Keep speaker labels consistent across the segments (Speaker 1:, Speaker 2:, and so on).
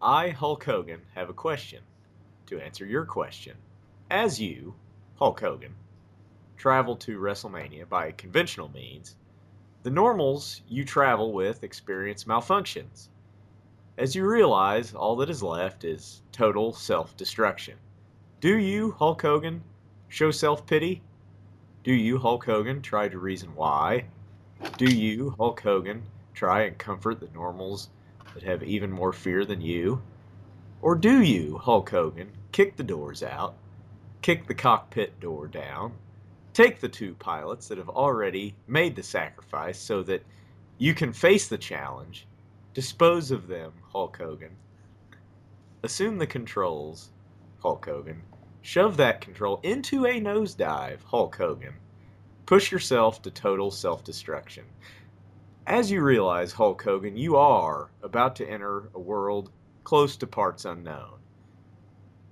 Speaker 1: I, Hulk Hogan, have a question to answer your question. As you, Hulk Hogan, travel to WrestleMania by conventional means, the normals you travel with experience malfunctions. As you realize, all that is left is total self destruction. Do you, Hulk Hogan, show self pity? Do you, Hulk Hogan, try to reason why? Do you, Hulk Hogan, try and comfort the normals that have even more fear than you? Or do you, Hulk Hogan, kick the doors out, kick the cockpit door down, take the two pilots that have already made the sacrifice so that you can face the challenge, dispose of them, Hulk Hogan, assume the controls, Hulk Hogan, shove that control into a nosedive, Hulk Hogan, push yourself to total self destruction. As you realize, Hulk Hogan, you are about to enter a world close to parts unknown.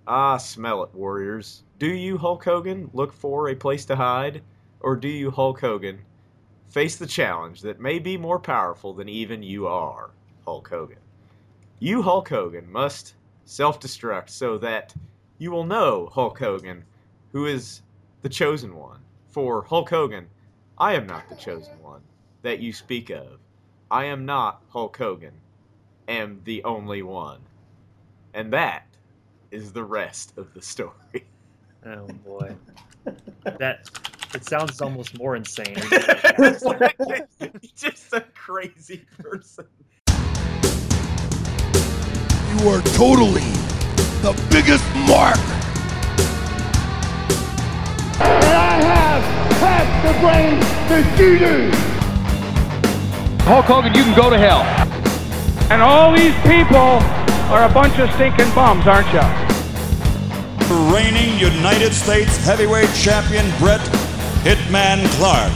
Speaker 1: Ah, smell it, Warriors. Do you, Hulk Hogan, look for a place to hide? Or do you, Hulk Hogan, face the challenge that may be more powerful than even you are, Hulk Hogan? You, Hulk Hogan, must self destruct so that you will know, Hulk Hogan, who is the chosen one. For, Hulk Hogan, I am not the chosen one that you speak of. I am not Hulk Hogan, am the only one. And that is the rest of the story.
Speaker 2: Oh boy, that it sounds almost more insane.
Speaker 1: It's like, it's just a crazy person.
Speaker 3: You are totally the biggest mark.
Speaker 4: and I have half the brains that you do. Hulk Hogan, you can go to hell. And all these people are a bunch of stinking bums, aren't you?
Speaker 5: reigning United States heavyweight champion Brett Hitman Clark.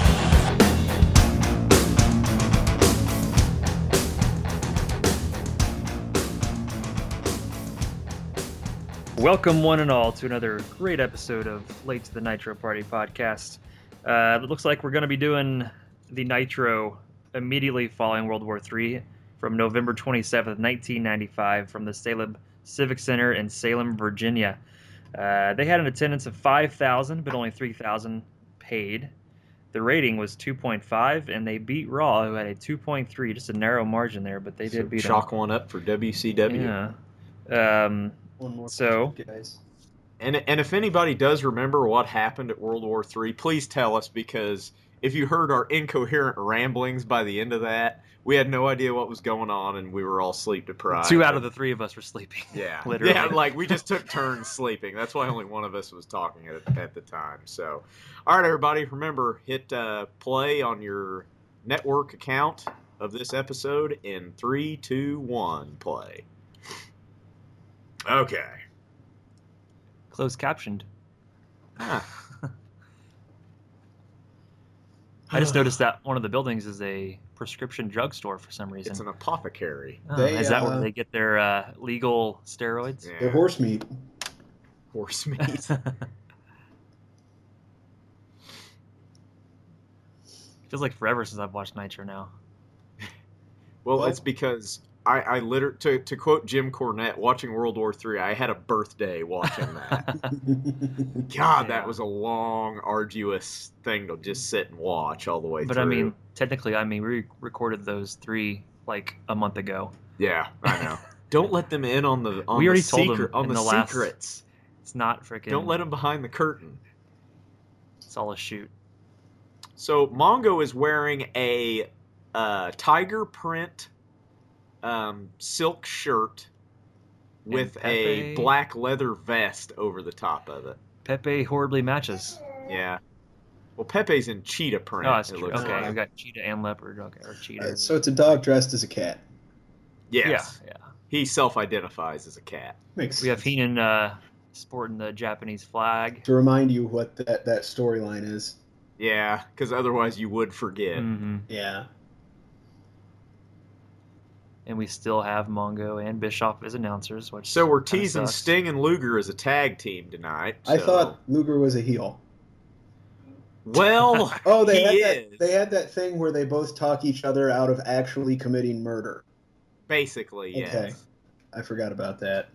Speaker 2: Welcome, one and all, to another great episode of Late to the Nitro Party podcast. Uh, it looks like we're going to be doing the Nitro immediately following World War III from November 27th, 1995, from the Salem Civic Center in Salem, Virginia. Uh, they had an attendance of 5,000, but only 3,000 paid. The rating was 2.5, and they beat Raw, who had a 2.3, just a narrow margin there, but they did
Speaker 1: So
Speaker 2: beat 'em.
Speaker 1: chalk one up for WCW.
Speaker 2: Yeah. Um, so,
Speaker 6: guys.
Speaker 1: And and if anybody does remember what happened at World War III, please tell us because if you heard our incoherent ramblings by the end of that, we had no idea what was going on and we were all sleep deprived.
Speaker 2: two out of the three of us were sleeping.
Speaker 1: yeah,
Speaker 2: literally.
Speaker 1: yeah, like we just took turns sleeping. That's why only one of us was talking at, at the time. So, all right, everybody, remember hit uh, play on your network account of this episode in three, two, one, play. Okay.
Speaker 2: Closed captioned.
Speaker 1: Ah.
Speaker 2: I just noticed that one of the buildings is a prescription drugstore for some reason.
Speaker 1: It's an apothecary.
Speaker 2: Oh,
Speaker 6: They,
Speaker 2: is that where
Speaker 6: uh,
Speaker 2: they get their uh, legal steroids?
Speaker 1: Yeah.
Speaker 6: They're horse meat.
Speaker 1: horse meat.
Speaker 2: Feels like forever since I've watched Nitro now.
Speaker 1: well,
Speaker 6: Well-
Speaker 1: it's because I, I liter- to, to quote Jim Cornette, watching World War III, I had a birthday watching that.
Speaker 6: That's
Speaker 1: God,
Speaker 2: Yeah.
Speaker 1: that was a long, arduous thing to just sit and watch all the way
Speaker 2: But
Speaker 1: through.
Speaker 2: I mean, technically, I mean, we recorded those three like a month ago.
Speaker 1: yeah, I know. Don't let them in on the on
Speaker 2: We
Speaker 1: the
Speaker 2: already told them
Speaker 1: secret, on
Speaker 2: in
Speaker 1: the,
Speaker 2: the last-
Speaker 1: secrets.
Speaker 2: It's not freaking.
Speaker 1: Don't let them behind the curtain.
Speaker 2: It's all a shoot.
Speaker 1: So Mongo is wearing a uh, tiger print um, silk shirt with a
Speaker 2: Pepe-
Speaker 1: black leather vest over the top of it.
Speaker 2: Pepe horribly matches.
Speaker 1: Yeah. Well, Pepe's in cheetah print.
Speaker 2: Oh, that's
Speaker 1: it
Speaker 2: true.
Speaker 1: looks
Speaker 2: Okay,
Speaker 1: like.
Speaker 2: we got cheetah and leopard. Okay, or cheetah.
Speaker 6: so it's a dog dressed as a cat.
Speaker 1: Yes.
Speaker 2: Yeah, yeah.
Speaker 1: He self-identifies as a cat.
Speaker 6: Makes
Speaker 2: We have
Speaker 6: sense.
Speaker 2: Heenan uh, sporting the Japanese flag.
Speaker 6: to remind you what that that storyline is.
Speaker 1: Yeah, because otherwise you would forget.
Speaker 2: hmm
Speaker 6: Yeah.
Speaker 2: And we still have Mongo and Bischoff as announcers, which
Speaker 1: So we're
Speaker 2: kinda
Speaker 1: teasing
Speaker 2: sucks.
Speaker 1: Sting and Luger as a tag team tonight.
Speaker 6: I
Speaker 1: so-
Speaker 6: thought Luger was a heel.
Speaker 1: Well,
Speaker 6: Oh, they
Speaker 1: he
Speaker 6: had
Speaker 1: is,
Speaker 6: that they had that thing where they both talk each other out of actually committing murder.
Speaker 1: basically yes.
Speaker 6: Okay. I forgot about that.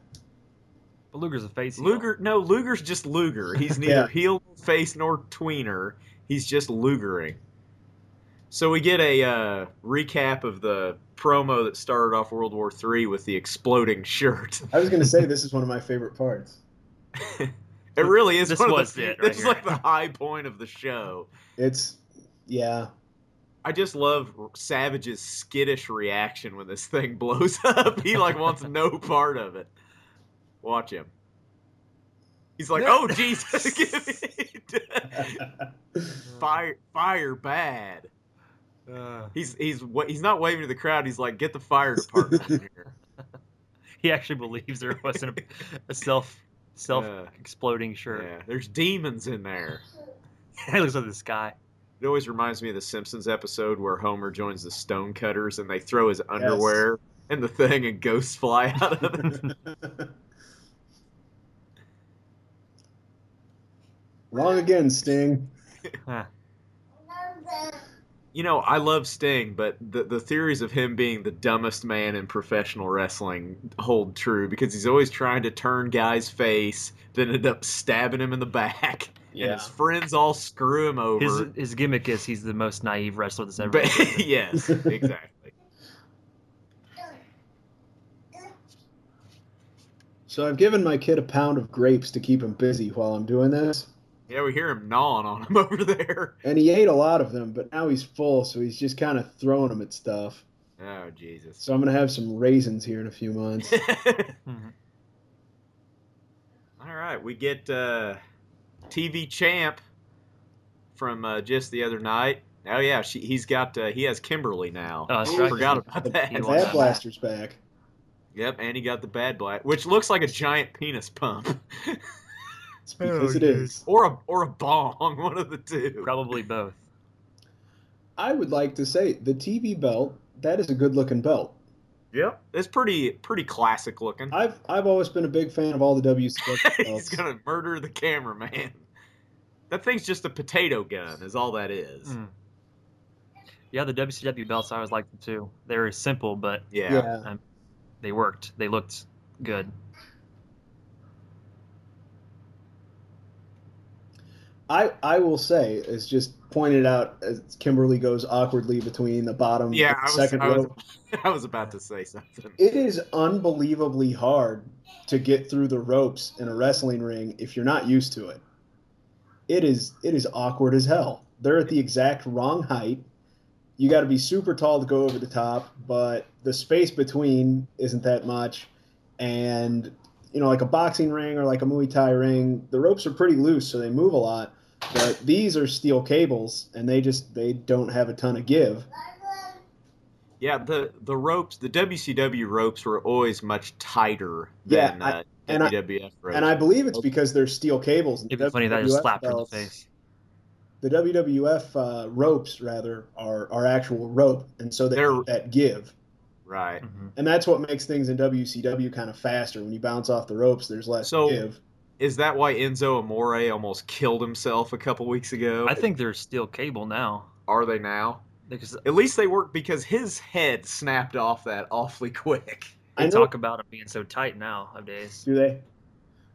Speaker 2: But Luger's a face. heel.
Speaker 1: Luger, no, Luger's just Luger. He's neither
Speaker 6: Yeah.
Speaker 1: heel, face, nor tweener. He's just Lugering. So we get a uh, recap of the promo that started off World War III with the exploding shirt.
Speaker 6: I was going to say this is one of my favorite parts.
Speaker 1: It really is.
Speaker 2: This
Speaker 1: one
Speaker 2: was
Speaker 1: of the,
Speaker 2: it right
Speaker 1: This is
Speaker 2: here.
Speaker 1: like the high point of the show.
Speaker 6: It's yeah,
Speaker 1: I just love Savage's skittish reaction when this thing blows up. He like wants no part of it. Watch him. He's like,
Speaker 2: No.
Speaker 1: "Oh Jesus, give me fire, fire, bad."
Speaker 2: Uh,
Speaker 1: He's he's wa- he's not waving to the crowd. He's like, "Get the fire department in here."
Speaker 2: he actually believes there wasn't a, a self self
Speaker 1: Uh,
Speaker 2: exploding shirt.
Speaker 1: Yeah, there's demons in there.
Speaker 2: he looks at the sky.
Speaker 1: It always reminds me of the Simpsons episode where Homer joins the Stonecutters and they throw his underwear in the thing and ghosts fly out of it.
Speaker 6: wrong again, Sting.
Speaker 2: Huh.
Speaker 1: you know, I love Sting, but the the theories of him being the dumbest man in professional wrestling hold true because he's always trying to turn guys' face, then end up stabbing him in the back, and
Speaker 6: Yeah.
Speaker 1: his friends all screw him over.
Speaker 2: His his gimmick is he's the most naive wrestler that's ever.
Speaker 1: But- yes, exactly.
Speaker 6: So I've given my kid a pound of grapes to keep him busy while I'm doing this,
Speaker 1: Yeah, we hear him gnawing on him over there.
Speaker 6: and he ate a lot of them, but now he's full, so he's just kind of throwing them at stuff.
Speaker 1: Oh Jesus.
Speaker 6: So I'm gonna have some raisins here in a few months.
Speaker 2: Mhm.
Speaker 1: All right, we get uh, TV champ from uh, just the other night. Oh yeah, she, he's got uh, he has Kimberly now.
Speaker 2: Oh, that's
Speaker 1: I
Speaker 2: right.
Speaker 1: forgot about that.
Speaker 2: He
Speaker 6: And
Speaker 2: wants
Speaker 6: Bad Blaster's back.
Speaker 1: Yep, and he got the bad black, which looks like a giant penis pump
Speaker 6: It's because it is.
Speaker 1: or a or a bong, one of the two.
Speaker 2: Probably both.
Speaker 6: I would like to say the TV belt. That is a good-looking belt.
Speaker 1: Yep, it's pretty pretty classic looking.
Speaker 6: I've I've always been a big fan of all the WCW
Speaker 1: He's
Speaker 6: belts.
Speaker 1: gonna murder the cameraman. That thing's just a potato gun, is all that is.
Speaker 2: Mm. Yeah, the WCW belts I always liked them too. They were simple, but
Speaker 1: Yeah.
Speaker 6: yeah.
Speaker 2: they worked. They looked good.
Speaker 6: I I will say is just pointed out as Kimberly goes awkwardly between the bottom
Speaker 1: Yeah,
Speaker 6: and
Speaker 1: I was,
Speaker 6: second
Speaker 1: I, was,
Speaker 6: row.
Speaker 1: I was about to say something.
Speaker 6: It is unbelievably hard to get through the ropes in a wrestling ring if you're not used to it. It is it is awkward as hell. They're at the exact wrong height. You got to be super tall to go over the top, but the space between isn't that much. And you know, like a boxing ring or like a Muay Thai ring, the ropes are pretty loose, so they move a lot. But these are steel cables, and they just they don't have a ton of give.
Speaker 1: Yeah, the, the ropes, the WCW ropes were always much tighter
Speaker 6: Yeah,
Speaker 1: than
Speaker 6: I-
Speaker 1: uh,
Speaker 6: and I-
Speaker 1: WWF ropes.
Speaker 6: And I believe it's because they're steel cables. and
Speaker 2: It'd be funny that I just
Speaker 6: WWF
Speaker 2: slapped her in the
Speaker 6: belts-
Speaker 2: face.
Speaker 6: The WWF uh, ropes, rather, are, are actual rope, and so they
Speaker 1: They're-
Speaker 6: that give.
Speaker 1: right.
Speaker 2: Mhm.
Speaker 6: And that's what makes things in WCW kind of faster. When you bounce off the ropes, there's less
Speaker 1: So-
Speaker 6: give.
Speaker 1: Is that why Enzo Amore almost killed himself a couple weeks ago?
Speaker 2: I think there's steel cable now.
Speaker 1: Are they now?
Speaker 2: Because
Speaker 1: At least they work because his head snapped off that awfully quick.
Speaker 6: I
Speaker 2: they
Speaker 6: know.
Speaker 2: talk about it being so tight nowadays.
Speaker 6: Do they?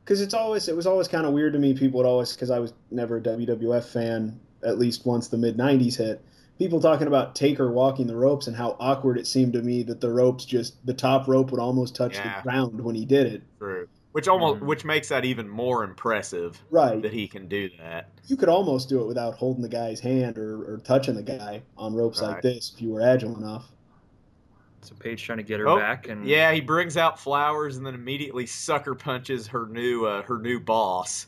Speaker 6: Because it's always it was always kind of weird to me. People would always because I was never a WWF fan. At least once the mid '90s hit, people talking about Taker walking the ropes and how awkward it seemed to me that the ropes just the top rope would almost touch
Speaker 1: Yeah.
Speaker 6: the ground when he did it.
Speaker 1: True. Which almost,
Speaker 2: Mhm.
Speaker 6: Mm-hmm.
Speaker 1: which makes that even more impressive
Speaker 6: Right.
Speaker 1: that he can do that.
Speaker 6: you could almost do it without holding the guy's hand or, or touching the guy on ropes
Speaker 1: Right.
Speaker 6: like this if you were agile enough.
Speaker 2: So Paige trying to get her
Speaker 1: Oh,
Speaker 2: back,
Speaker 6: Mm-hmm.
Speaker 2: and
Speaker 1: Yeah, he brings out flowers and then immediately sucker punches her new uh, her new boss.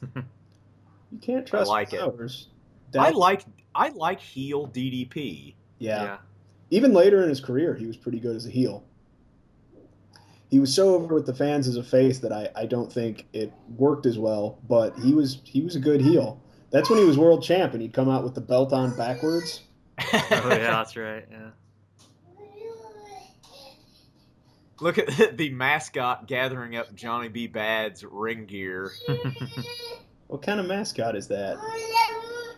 Speaker 6: You can't trust
Speaker 1: like it.
Speaker 6: flowers.
Speaker 1: I
Speaker 6: That-
Speaker 1: like I like heel DDP.
Speaker 6: yeah.
Speaker 2: yeah.
Speaker 6: Even later in his career, he was pretty good as a heel. He was so over with the fans as a face that I, I don't think it worked as well. But he was he was a good heel. That's when he was world champ and he'd come out with the belt on backwards.
Speaker 2: Oh yeah, that's right. Yeah.
Speaker 1: Look at the mascot gathering up Johnny B. Bad's ring gear.
Speaker 6: What kind of mascot is that?
Speaker 1: I,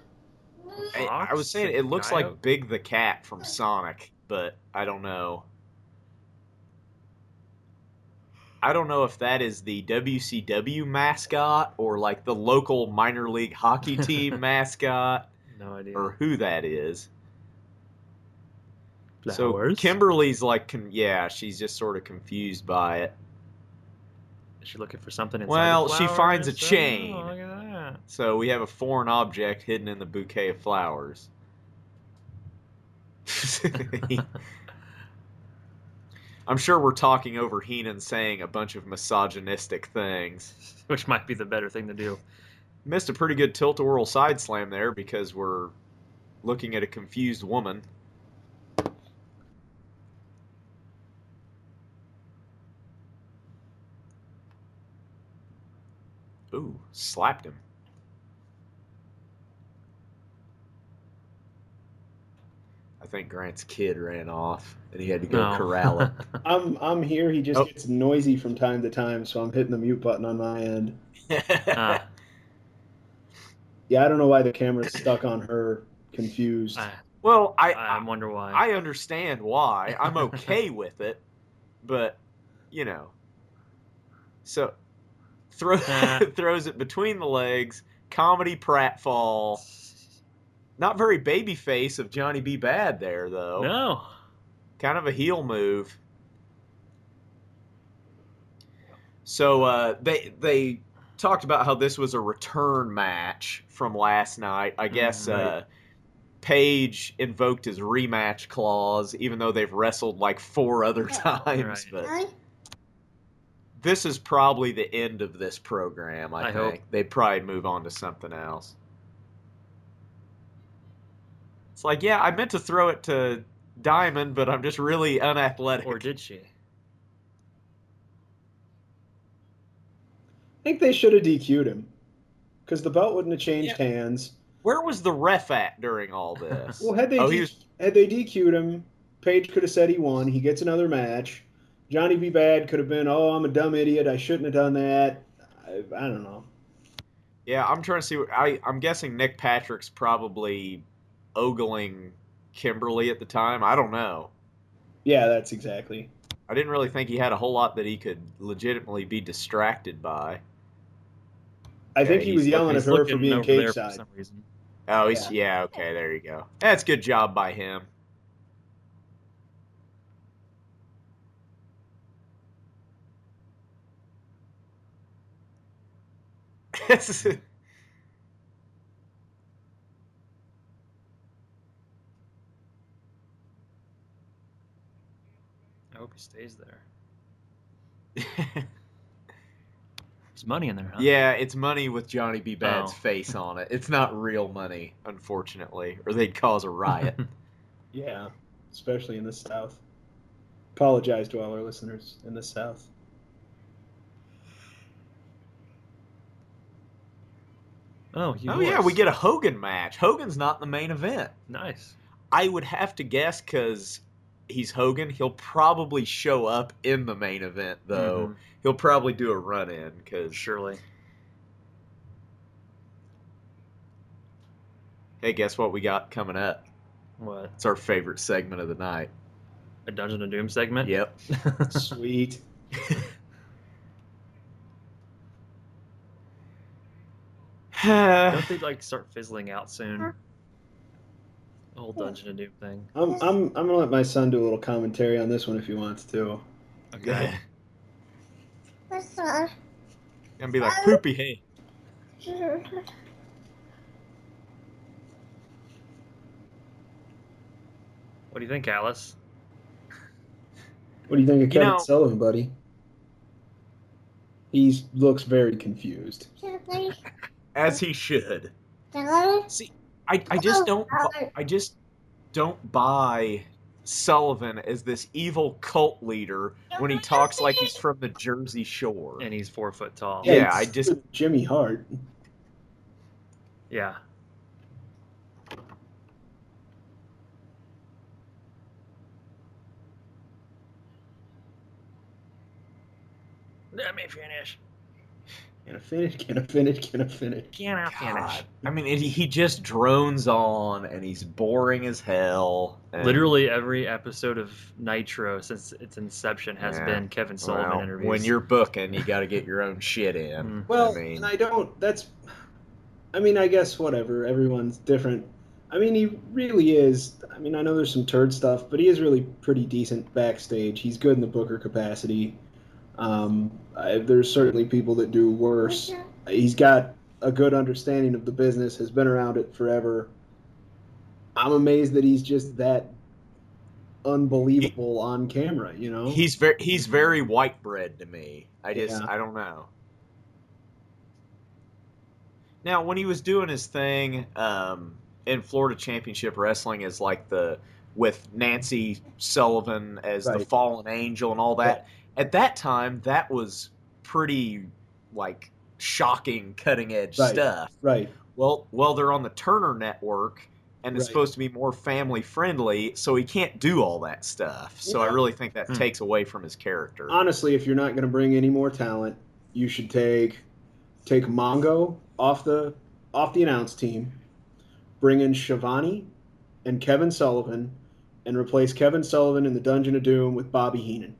Speaker 1: I was
Speaker 2: Fox
Speaker 1: saying it looks
Speaker 2: Gaia?
Speaker 1: like Big the Cat from Sonic, but I don't know. I don't know if that is the WCW mascot or like the local minor league hockey team mascot
Speaker 2: No idea.
Speaker 1: or who that is. So
Speaker 2: Flowers?
Speaker 1: Kimberly's like, con- yeah, she's just sort of confused by it.
Speaker 2: Is she looking for something? Inside
Speaker 1: Well,
Speaker 2: the
Speaker 1: she
Speaker 2: flower?
Speaker 1: finds a
Speaker 2: Oh,
Speaker 1: chain.
Speaker 2: look at that.
Speaker 1: So we have a foreign object hidden in the bouquet of flowers. I'm sure we're talking over Heenan saying a bunch of misogynistic things.
Speaker 2: Which might be the better thing to do.
Speaker 1: Missed a pretty good tilt a whirl side slam there because we're looking at a confused woman. Ooh, slapped him. I think Grant's kid ran off and he had to go
Speaker 2: No.
Speaker 1: corral it.
Speaker 6: I'm I'm here. He just
Speaker 1: Oh.
Speaker 6: gets noisy from time to time, so I'm hitting the mute button on my end.
Speaker 2: Ah,
Speaker 6: Yeah, I don't know why the camera's stuck on her, confused.
Speaker 2: I,
Speaker 1: well, I,
Speaker 2: I wonder why.
Speaker 1: I understand why. I'm okay with it, but you know. So throw,
Speaker 2: Uh.
Speaker 1: throws it between the legs, comedy pratfall. Not very baby face of Johnny B. Bad there though.
Speaker 2: no.
Speaker 1: Kind of a heel move. So uh, they they talked about how this was a return match from last night. I guess
Speaker 2: Mm, Right.
Speaker 1: uh, Page invoked his rematch clause, even though they've wrestled like four other times.
Speaker 2: Right.
Speaker 1: But this is probably the end of this program. I,
Speaker 2: I hope.
Speaker 1: think they probably move on to something else. It's like, yeah, I meant to throw it to Diamond, but I'm just really unathletic.
Speaker 2: Or did she?
Speaker 6: I think they should have DQ'd him, because the belt wouldn't have changed hands.
Speaker 1: Where was the ref at during all this?
Speaker 6: Well, had they
Speaker 1: Oh,
Speaker 6: D-
Speaker 1: he was-
Speaker 6: had they DQ'd him, Page could have said he won. He gets another match. Johnny B. Bad could have been, oh, I'm a dumb idiot. I shouldn't have done that. I, I don't know.
Speaker 1: Yeah, I'm trying to see. What, I I'm guessing Nick Patrick's probably ogling Kimberly at the time. I don't know.
Speaker 6: Yeah, that's exactly.
Speaker 1: I didn't really think he had a whole lot that he could legitimately be distracted by.
Speaker 6: I
Speaker 1: Yeah,
Speaker 6: think he
Speaker 1: he's
Speaker 6: was
Speaker 1: look-
Speaker 6: yelling
Speaker 2: He's
Speaker 6: at her for
Speaker 2: looking
Speaker 6: being
Speaker 2: over
Speaker 6: cage
Speaker 2: there for
Speaker 6: side.
Speaker 2: some reason.
Speaker 1: Oh, he's yeah. Okay, there you go. That's good job by him.
Speaker 2: I hope he stays there. There's money in there, huh?
Speaker 1: Yeah, it's money with Johnny B. Bad's
Speaker 2: Oh.
Speaker 1: face on it. It's not real money, unfortunately, or they'd cause a riot.
Speaker 6: Yeah, especially in the South. Apologize to all our listeners in the South.
Speaker 2: Oh, he
Speaker 1: oh
Speaker 2: was.
Speaker 1: yeah, we get a Hogan match. Hogan's not in the main event.
Speaker 2: nice.
Speaker 1: I would have to guess because he's Hogan. He'll probably show up in the main event though. He'll probably do a run in
Speaker 2: Mhm.
Speaker 1: because
Speaker 2: surely.
Speaker 1: hey, guess what we got coming up?
Speaker 2: What
Speaker 1: It's our favorite segment of the night.
Speaker 2: a Dungeon of Doom segment?
Speaker 1: Yep.
Speaker 6: Sweet.
Speaker 2: Don't they like start fizzling out soon? The whole Dungeon of Doom thing.
Speaker 6: I'm, I'm, I'm going to let my son do a little commentary on this one if he wants to.
Speaker 1: Gonna
Speaker 7: What's wrong?
Speaker 1: be like poopy hey.
Speaker 2: What do you think, Alice?
Speaker 6: What do you think
Speaker 1: You
Speaker 6: of Kevin
Speaker 1: know-
Speaker 6: Sullivan, buddy? He looks very confused.
Speaker 1: As he should.
Speaker 7: Dollar?
Speaker 1: I, I just
Speaker 7: Oh,
Speaker 1: don't bu-
Speaker 7: Robert.
Speaker 1: I just don't buy Sullivan as this evil cult leader when he talks like he's from the Jersey Shore.
Speaker 2: And he's four foot tall.
Speaker 1: Yeah.
Speaker 6: it's
Speaker 1: I just-
Speaker 6: Jimmy Hart.
Speaker 2: Yeah. Let me finish.
Speaker 6: Can I finish? Can I finish? Can I finish?
Speaker 2: Can I finish?
Speaker 1: God. I mean, and he- he just drones on, and he's boring as hell. and-
Speaker 2: Literally every episode of Nitro since its inception has
Speaker 1: Yeah.
Speaker 2: been Kevin Sullivan
Speaker 1: well,
Speaker 2: interviews.
Speaker 1: when you're booking, you got to get your own shit in.
Speaker 2: Mm.
Speaker 6: Well,
Speaker 1: I mean-
Speaker 6: and I don't. That's. I mean, I guess whatever. Everyone's different. I mean, he really is. I mean, I know there's some turd stuff, but he is really pretty decent backstage. He's good in the Booker capacity. Um, I, there's certainly people that do worse. He's got a good understanding of the business. Has been around it forever. I'm amazed that he's just that unbelievable on camera. You know,
Speaker 1: He's very he's very white bread to me. I just
Speaker 6: Yeah.
Speaker 1: I don't know. Now, when he was doing his thing um, in Florida Championship Wrestling as like the with Nancy Sullivan as the
Speaker 6: Right.
Speaker 1: fallen angel and all that, at that time that was pretty like shocking cutting edge
Speaker 6: Right.
Speaker 1: stuff.
Speaker 6: right.
Speaker 1: Well, well, they're on the Turner Network, and it's
Speaker 6: Right.
Speaker 1: supposed to be more family friendly, so he can't do all that stuff. So I
Speaker 6: Yeah. Uh,
Speaker 1: really think that
Speaker 2: Hmm.
Speaker 1: takes away from his character.
Speaker 6: honestly, if you're not going to bring any more talent, you should take take Mongo off the off the announce team, bring in Shivani and Kevin Sullivan, and replace Kevin Sullivan in the Dungeon of Doom with Bobby Heenan,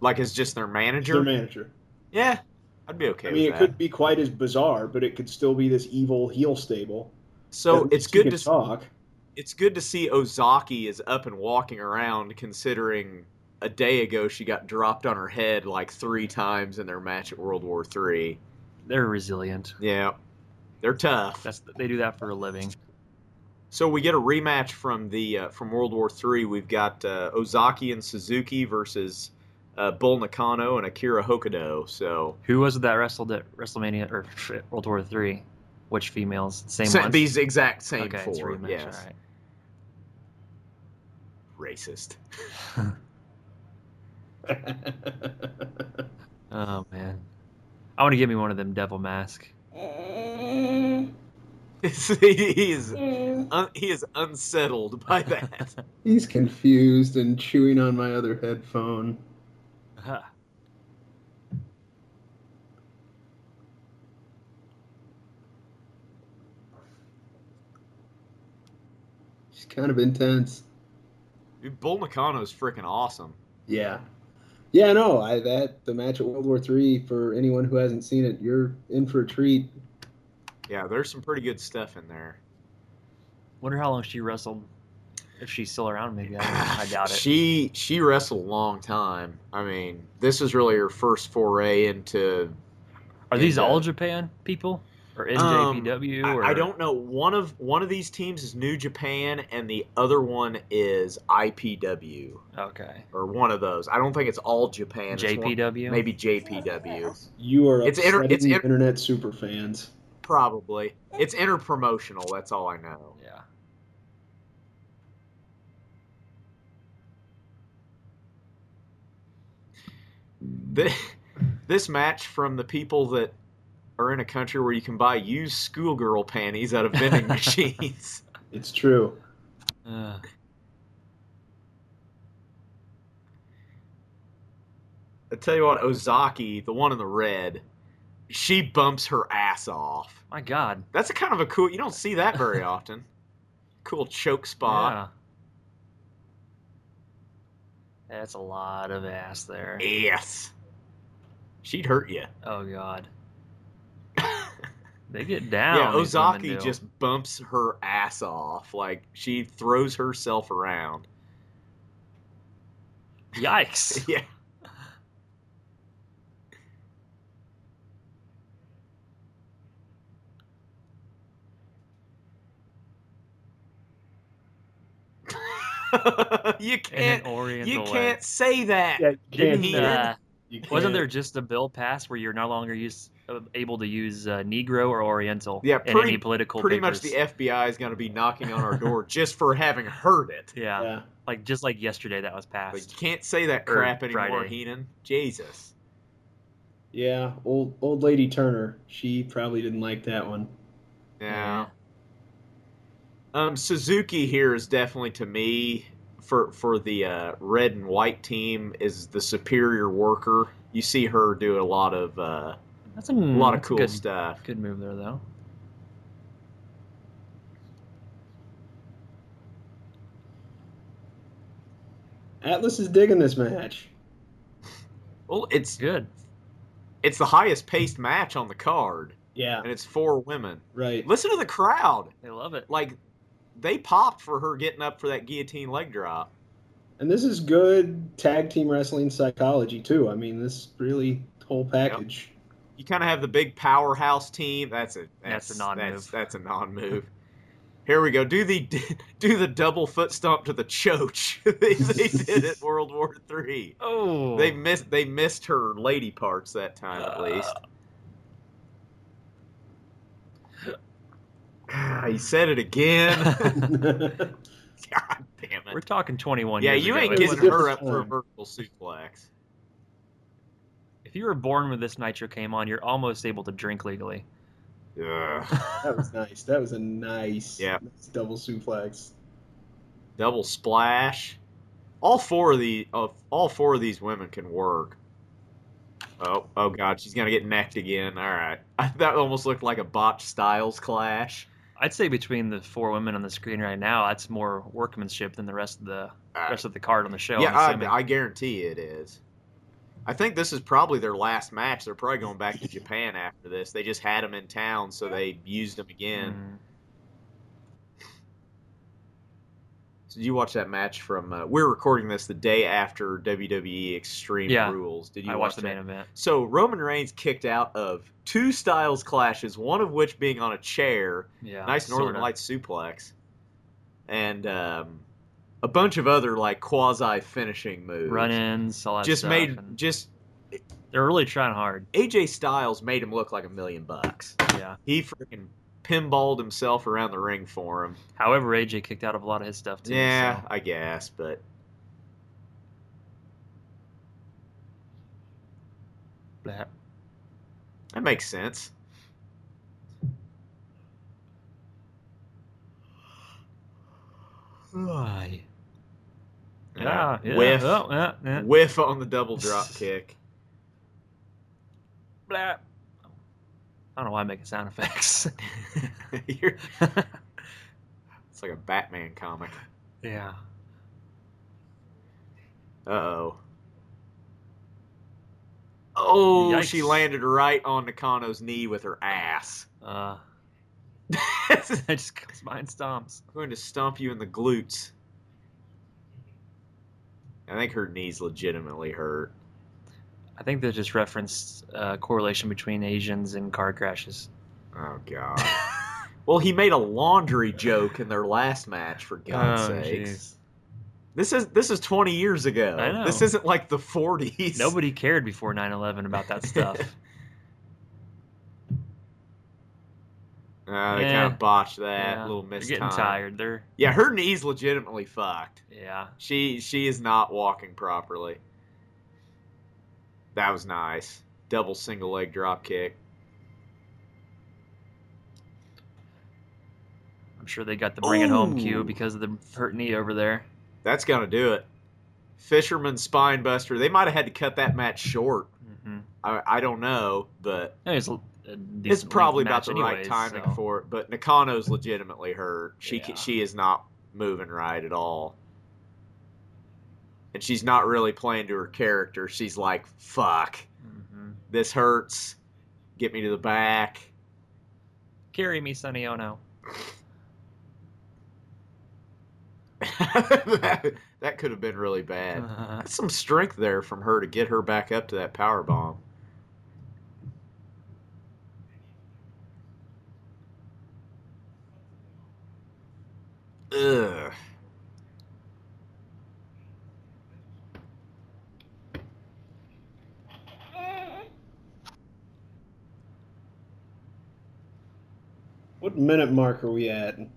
Speaker 1: Like as just their manager.
Speaker 6: their manager.
Speaker 1: yeah, I'd be okay
Speaker 6: I mean, it
Speaker 1: with that.
Speaker 6: could be quite as bizarre, but it could still be this evil heel stable. At
Speaker 1: So
Speaker 6: least
Speaker 1: it's
Speaker 6: you
Speaker 1: good
Speaker 6: can
Speaker 1: to
Speaker 6: talk.
Speaker 1: it's good to see Ozaki is up and walking around, considering a day ago she got dropped on her head like three times in their match at World War Three.
Speaker 2: They're resilient.
Speaker 1: Yeah, they're tough.
Speaker 2: That's they do that for a living.
Speaker 1: So we get a rematch from the uh, from World War Three. We've got uh, Ozaki and Suzuki versus uh, Bull Nakano and Akira Hokuto. So
Speaker 2: Who was it that wrestled at WrestleMania or World War Three? Which females? Same
Speaker 1: Sa-
Speaker 2: ones.
Speaker 1: these exact same
Speaker 2: okay, it's a
Speaker 1: four.
Speaker 2: rematch,
Speaker 1: Yes,
Speaker 2: all right.
Speaker 1: racist.
Speaker 2: Oh man, I want to give me one of them devil mask.
Speaker 1: he is un- he is unsettled by that.
Speaker 6: He's confused and chewing on my other headphone.
Speaker 2: Huh.
Speaker 6: She's kind of intense.
Speaker 1: Dude, Bull Nakano's freaking awesome.
Speaker 6: Yeah. Yeah, no, I that the match at World War Three for anyone who hasn't seen it, you're in for a treat.
Speaker 1: Yeah, there's some pretty good stuff in there.
Speaker 2: Wonder how long she wrestled. If she's still around, maybe I, don't know. I doubt it.
Speaker 1: She she wrestled a long time. I mean, this is really her first foray into
Speaker 2: Are these
Speaker 1: Yeah.
Speaker 2: all Japan people or
Speaker 1: Um,
Speaker 2: NJPW?
Speaker 1: I-
Speaker 2: or
Speaker 1: I, don't know. One of one of these teams is New Japan, and the other one is IPW
Speaker 2: Okay.
Speaker 1: or one of those. I don't think it's all Japan. It's one-
Speaker 2: JPW.
Speaker 1: maybe JPW.
Speaker 6: You are
Speaker 1: It's
Speaker 6: it's
Speaker 1: inter- it's inter-
Speaker 6: internet super fans.
Speaker 1: Probably it's interpromotional. That's all I know.
Speaker 2: Yeah.
Speaker 1: Th- This match from the people that are in a country where you can buy used schoolgirl panties out of vending machines.
Speaker 6: It's true.
Speaker 2: Uh,
Speaker 1: I tell you what, Ozaki, the one in the red, she bumps her ass off.
Speaker 2: my God.
Speaker 1: That's a kind of a cool. You don't see that very often. cool choke spot.
Speaker 2: Yeah. That's a lot of ass there.
Speaker 1: Yes. She'd hurt you.
Speaker 2: Oh God. They get down.
Speaker 1: yeah,
Speaker 2: these women
Speaker 1: Ozaki
Speaker 2: do.
Speaker 1: just bumps her ass off. Like she throws herself around.
Speaker 2: Yikes.
Speaker 1: Yeah. you
Speaker 2: And
Speaker 1: can't
Speaker 2: an Oriental.
Speaker 1: you
Speaker 2: way.
Speaker 1: can't say that.
Speaker 6: Yeah,
Speaker 1: Didn't
Speaker 2: Didn't,
Speaker 1: he?
Speaker 2: uh,
Speaker 6: you can't-
Speaker 2: wasn't there just a bill passed where you're no longer used, uh, able to use uh, Negro or Oriental?
Speaker 1: Yeah,
Speaker 2: in
Speaker 1: pretty-
Speaker 2: any political
Speaker 1: Pretty
Speaker 2: papers?
Speaker 1: much the FBI is going to be knocking on our door just for having heard it.
Speaker 2: yeah,
Speaker 6: Yeah.
Speaker 2: like just like yesterday that was
Speaker 1: Like,
Speaker 2: passed.
Speaker 1: you can't say that
Speaker 2: Or
Speaker 1: crap anymore,
Speaker 2: Friday.
Speaker 1: Heenan. Jesus.
Speaker 6: Yeah, old old lady Turner. She probably didn't like that one.
Speaker 1: Yeah. Um, Suzuki here is definitely to me for for the uh, red and white team is the superior worker. You see her do a lot of uh,
Speaker 2: That's a,
Speaker 1: a lot of
Speaker 2: that's
Speaker 1: cool
Speaker 2: Hmm, good,
Speaker 1: stuff.
Speaker 2: Good move there, though.
Speaker 6: Atlas is digging this match.
Speaker 1: Well, it's
Speaker 2: Good.
Speaker 1: it's the highest paced match on the card,
Speaker 6: Yeah,
Speaker 1: and it's four women.
Speaker 6: right.
Speaker 1: Listen to the crowd.
Speaker 2: They love it.
Speaker 1: Like they popped for her getting up for that guillotine leg drop.
Speaker 6: And this is good tag team wrestling psychology too. I mean, this really whole package.
Speaker 1: you kind of have the big powerhouse team. That's a that's,
Speaker 2: That's a non-move.
Speaker 1: That's, that's a non move. Here we go. Do the do the double foot stomp to the choach. they, they did it World War Three.
Speaker 2: Oh, Uh.
Speaker 1: They missed they missed her lady parts that time at least. Ah, he said it again. God damn
Speaker 2: We're
Speaker 1: it.
Speaker 2: talking 21
Speaker 1: Yeah,
Speaker 2: years
Speaker 1: you
Speaker 2: ago.
Speaker 1: ain't
Speaker 2: It
Speaker 1: getting
Speaker 2: wasn't-
Speaker 1: her up for a
Speaker 6: Different time.
Speaker 1: vertical suplex.
Speaker 2: If you were born when this Nitro came on, you're almost able to drink legally.
Speaker 1: Ugh.
Speaker 6: that was nice. That was a nice,
Speaker 1: Yeah.
Speaker 6: nice double suplex.
Speaker 1: double splash. All four of the of all four of these women can work. Oh, oh God, she's gonna get necked again. All right, that almost looked like a botched Styles clash.
Speaker 2: I'd say between the four women on the screen right now, that's more workmanship than the rest of the
Speaker 1: Uh,
Speaker 2: rest of the card on the show.
Speaker 1: yeah,
Speaker 2: I'm
Speaker 1: I,
Speaker 2: assuming.
Speaker 1: I guarantee it is. I think this is probably their last match. They're probably going back to Japan after this. They just had them in town, so they used them again.
Speaker 2: Mm.
Speaker 1: So did you watch that match from? Uh, we're recording this the day after WWE Extreme
Speaker 2: Yeah.
Speaker 1: Rules. Did you
Speaker 2: I
Speaker 1: watch
Speaker 2: watched the
Speaker 1: that?
Speaker 2: main event.
Speaker 1: So Roman Reigns kicked out of two Styles clashes, one of which being on a chair,
Speaker 2: Yeah,
Speaker 1: nice Northern
Speaker 2: sorta.
Speaker 1: Lights suplex, and um, a bunch of other like quasi finishing moves.
Speaker 2: run-ins, all that
Speaker 1: just
Speaker 2: stuff,
Speaker 1: made
Speaker 2: and
Speaker 1: just
Speaker 2: they're really trying hard.
Speaker 1: AJ Styles made him look like a million bucks.
Speaker 2: Yeah.
Speaker 1: He freaking pinballed himself around the ring for him.
Speaker 2: However, AJ kicked out of a lot of his stuff too.
Speaker 1: yeah,
Speaker 2: so.
Speaker 1: I guess, but
Speaker 2: Blah.
Speaker 1: that makes sense.
Speaker 2: Right.
Speaker 1: Uh,
Speaker 2: Yeah, yeah,
Speaker 1: whiff,
Speaker 2: oh, yeah, yeah.
Speaker 1: whiff on the double drop kick.
Speaker 2: Blah. I don't know why I'm making sound effects.
Speaker 1: You're- it's like a Batman comic.
Speaker 2: yeah.
Speaker 1: Uh oh. Oh, she
Speaker 2: Yikes.
Speaker 1: landed right on Nakano's knee with her ass.
Speaker 2: Uh,
Speaker 1: I'm
Speaker 2: I just comes by and stomps.
Speaker 1: going to stomp you in the glutes. I think her knee's legitimately hurt.
Speaker 2: I think they just referenced uh, correlation between Asians and car crashes.
Speaker 1: Oh, God. well, he made a laundry joke in their last match, for God's
Speaker 2: Oh,
Speaker 1: sakes.
Speaker 2: jeez.
Speaker 1: This is this is 20 years ago.
Speaker 2: I know.
Speaker 1: This isn't like the 40s.
Speaker 2: Nobody cared before 9/11 about that stuff.
Speaker 1: Uh, they
Speaker 2: Yeah.
Speaker 1: kind of botched that.
Speaker 2: Yeah.
Speaker 1: little
Speaker 2: They're
Speaker 1: missed
Speaker 2: getting
Speaker 1: time.
Speaker 2: tired. They're
Speaker 1: Yeah, her knee's legitimately fucked.
Speaker 2: yeah.
Speaker 1: She she is not walking properly. That was nice. Double single leg drop kick.
Speaker 2: I'm sure they got the bring it home
Speaker 1: Ooh.
Speaker 2: cue because of the hurt knee over there.
Speaker 1: That's gonna do it. Fisherman spine buster. They might have had to cut that match short.
Speaker 2: hmm
Speaker 1: I, I don't know, but
Speaker 2: It's, a- a
Speaker 1: it's
Speaker 2: decent
Speaker 1: probably
Speaker 2: length
Speaker 1: about
Speaker 2: match
Speaker 1: the right
Speaker 2: anyways,
Speaker 1: timing
Speaker 2: so.
Speaker 1: for it. But Nakano's legitimately hurt. She ca
Speaker 2: Yeah.
Speaker 1: she is not moving right at all, and she's not really playing to her character. She's like, "Fuck,
Speaker 2: Mhm.
Speaker 1: this hurts. Get me to the back."
Speaker 2: Carry me, Sonny Ono.
Speaker 1: that, that could have been really bad.
Speaker 2: Uh.
Speaker 1: That's some strength there from her to get her back up to that power bomb. Ugh.
Speaker 6: What minute mark are we at?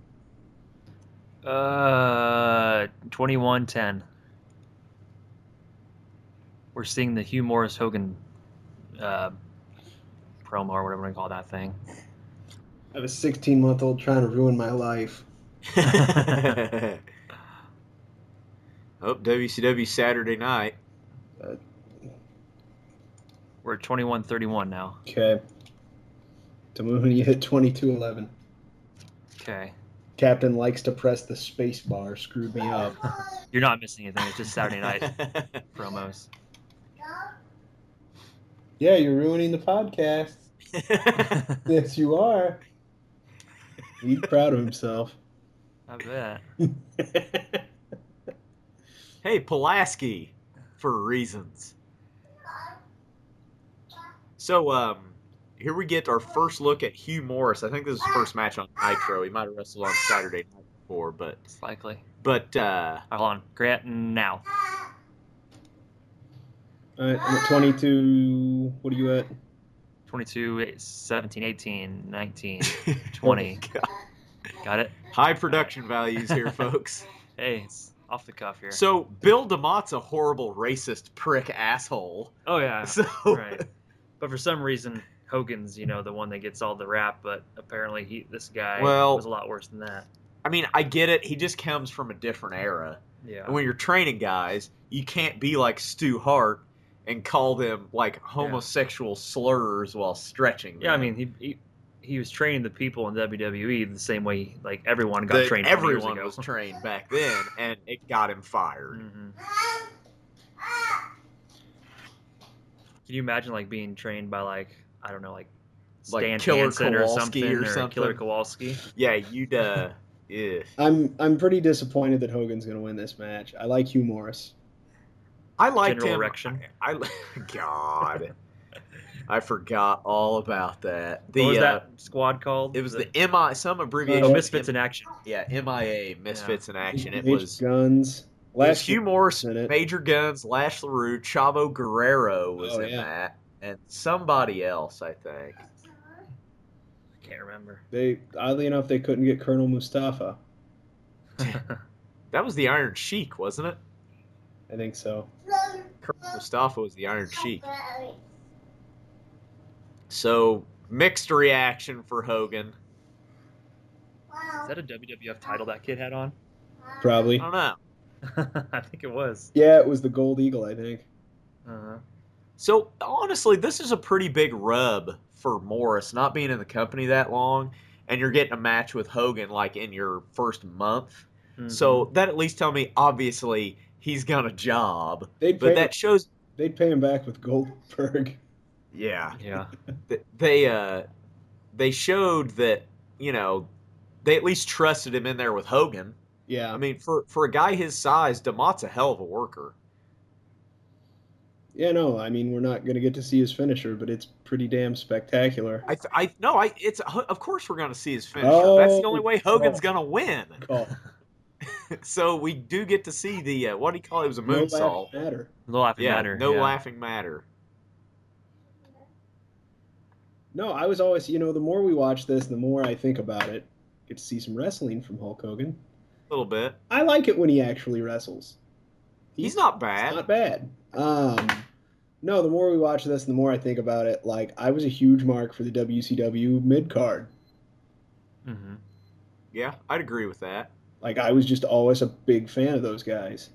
Speaker 2: Uh, twenty-one ten. We're seeing the Hugh Morris Hogan uh, promo or whatever we call that thing.
Speaker 6: I have a 16 month old trying to ruin my life.
Speaker 1: yeah, Oh, WCW Saturday night.
Speaker 2: We're at 2131 now.
Speaker 6: Okay. Tamuhun, you hit 2211.
Speaker 2: Okay.
Speaker 6: Captain likes to press the space bar. Screwed me up.
Speaker 2: You're not missing anything. It's just Saturday night promos.
Speaker 6: Yeah, you're ruining the podcast.
Speaker 1: night.
Speaker 6: Yes, you are. He's proud of himself.
Speaker 2: I bet.
Speaker 1: hey, Pulaski, for reasons. So, um, here we get our first look at Hugh Morris. I think this is his first match on Nitro. He might have wrestled on Saturday night before, but
Speaker 2: It's likely.
Speaker 1: but uh,
Speaker 2: All right, hold on. Grant, now.
Speaker 6: All right, I'm at 22. What are you at?
Speaker 2: 22, eight- 17, 18, 19, 20. Got it?
Speaker 1: high production values here, folks.
Speaker 2: Hey, it's off the cuff here.
Speaker 1: So Bill DeMott's a horrible racist prick asshole.
Speaker 2: oh, yeah.
Speaker 1: So
Speaker 2: right. But for some reason, Hogan's, you know, the one that gets all the rap, but apparently he, this guy
Speaker 1: Well-
Speaker 2: was a lot worse than that.
Speaker 1: I mean, I get it. He just comes from a different era.
Speaker 2: Yeah.
Speaker 1: And when you're training guys, you can't be like Stu Hart and call them like homosexual slurs while stretching.
Speaker 2: Yeah, I
Speaker 1: them.
Speaker 2: mean, he, he he was training the people in WWE the same way, like everyone got
Speaker 1: The-
Speaker 2: trained. 20 years
Speaker 1: everyone
Speaker 2: ago.
Speaker 1: was trained back then, and it got him fired.
Speaker 2: Mhm. Can you imagine like being trained by like I don't know, like
Speaker 1: Like
Speaker 2: Stan
Speaker 1: Killer
Speaker 2: Hansen
Speaker 1: Kowalski
Speaker 2: or something,
Speaker 1: or
Speaker 2: or,
Speaker 1: something.
Speaker 2: Killer Kowalski?
Speaker 1: Yeah, you'd. Uh, yeah.
Speaker 6: I'm I'm pretty disappointed that Hogan's going to win this match. I like Hugh Morris.
Speaker 1: I liked
Speaker 2: General
Speaker 1: him.
Speaker 2: erection.
Speaker 1: I, I- God, I forgot all about that. The
Speaker 2: what was
Speaker 1: uh,
Speaker 2: that squad called?
Speaker 1: it was the, MI some abbreviation.
Speaker 2: oh,
Speaker 1: of
Speaker 2: Misfits in Action.
Speaker 1: Yeah, MIA, Misfits in Action. It
Speaker 6: Major
Speaker 1: was, it
Speaker 6: guns.
Speaker 1: was
Speaker 6: Last
Speaker 1: Hugh Morris,
Speaker 6: in it.
Speaker 1: Major Guns, Lash LaRue, Chavo Guerrero was
Speaker 6: Oh,
Speaker 1: in
Speaker 6: yeah.
Speaker 1: that, and somebody else, I think.
Speaker 2: I can't remember.
Speaker 6: they oddly enough they couldn't get Colonel Mustafa.
Speaker 1: That was the Iron Sheik, wasn't it?
Speaker 6: I think so.
Speaker 1: Colonel Mustafa was the Iron Sheik. So, mixed reaction for Hogan.
Speaker 2: Is that a WWF title that kid had on?
Speaker 1: I
Speaker 6: Probably.
Speaker 1: don't know.
Speaker 2: I think it was.
Speaker 6: Yeah, it was the Gold Eagle, I think.
Speaker 2: Uh-huh.
Speaker 1: So, honestly, this is a pretty big rub for Morris, not being in the company that long, and you're getting a match with Hogan, like, in your first month.
Speaker 2: Mhm.
Speaker 1: So that at least tell me, obviously, he's got a job.
Speaker 6: They'd pay
Speaker 1: But that shows,
Speaker 6: they'd pay him back with Goldberg.
Speaker 1: yeah,
Speaker 2: Mm-hmm. yeah,
Speaker 1: th- they uh, they showed that you know they at least trusted him in there with Hogan.
Speaker 6: Yeah.
Speaker 1: I mean, for for a guy his size, Demott's a hell of a worker.
Speaker 6: yeah, no, I mean we're not gonna get to see his finisher, but it's pretty damn spectacular.
Speaker 1: I th- I no, I it's of course we're gonna see his finisher.
Speaker 6: Oh,
Speaker 1: That's the only way Hogan's
Speaker 6: fuck.
Speaker 1: gonna win.
Speaker 6: Call.
Speaker 1: so we do get to see the uh, what do you call it? It was a
Speaker 6: No
Speaker 1: moonsault.
Speaker 6: laugh matter.
Speaker 2: no laughing
Speaker 1: yeah,
Speaker 2: matter.
Speaker 1: no
Speaker 2: yeah.
Speaker 1: laughing matter.
Speaker 6: No, I was always you know, the more we watch this, the more I think about it. Get to see some wrestling from Hulk Hogan.
Speaker 1: A little bit.
Speaker 6: I like it when he actually wrestles.
Speaker 1: He's not
Speaker 6: It's
Speaker 1: bad.
Speaker 6: not bad. Um, no, the more we watch this, the more I think about it. Like I was a huge mark for the WCW mid card.
Speaker 2: hmm
Speaker 1: yeah, I'd agree with that.
Speaker 6: Like I was just always a big fan of those guys,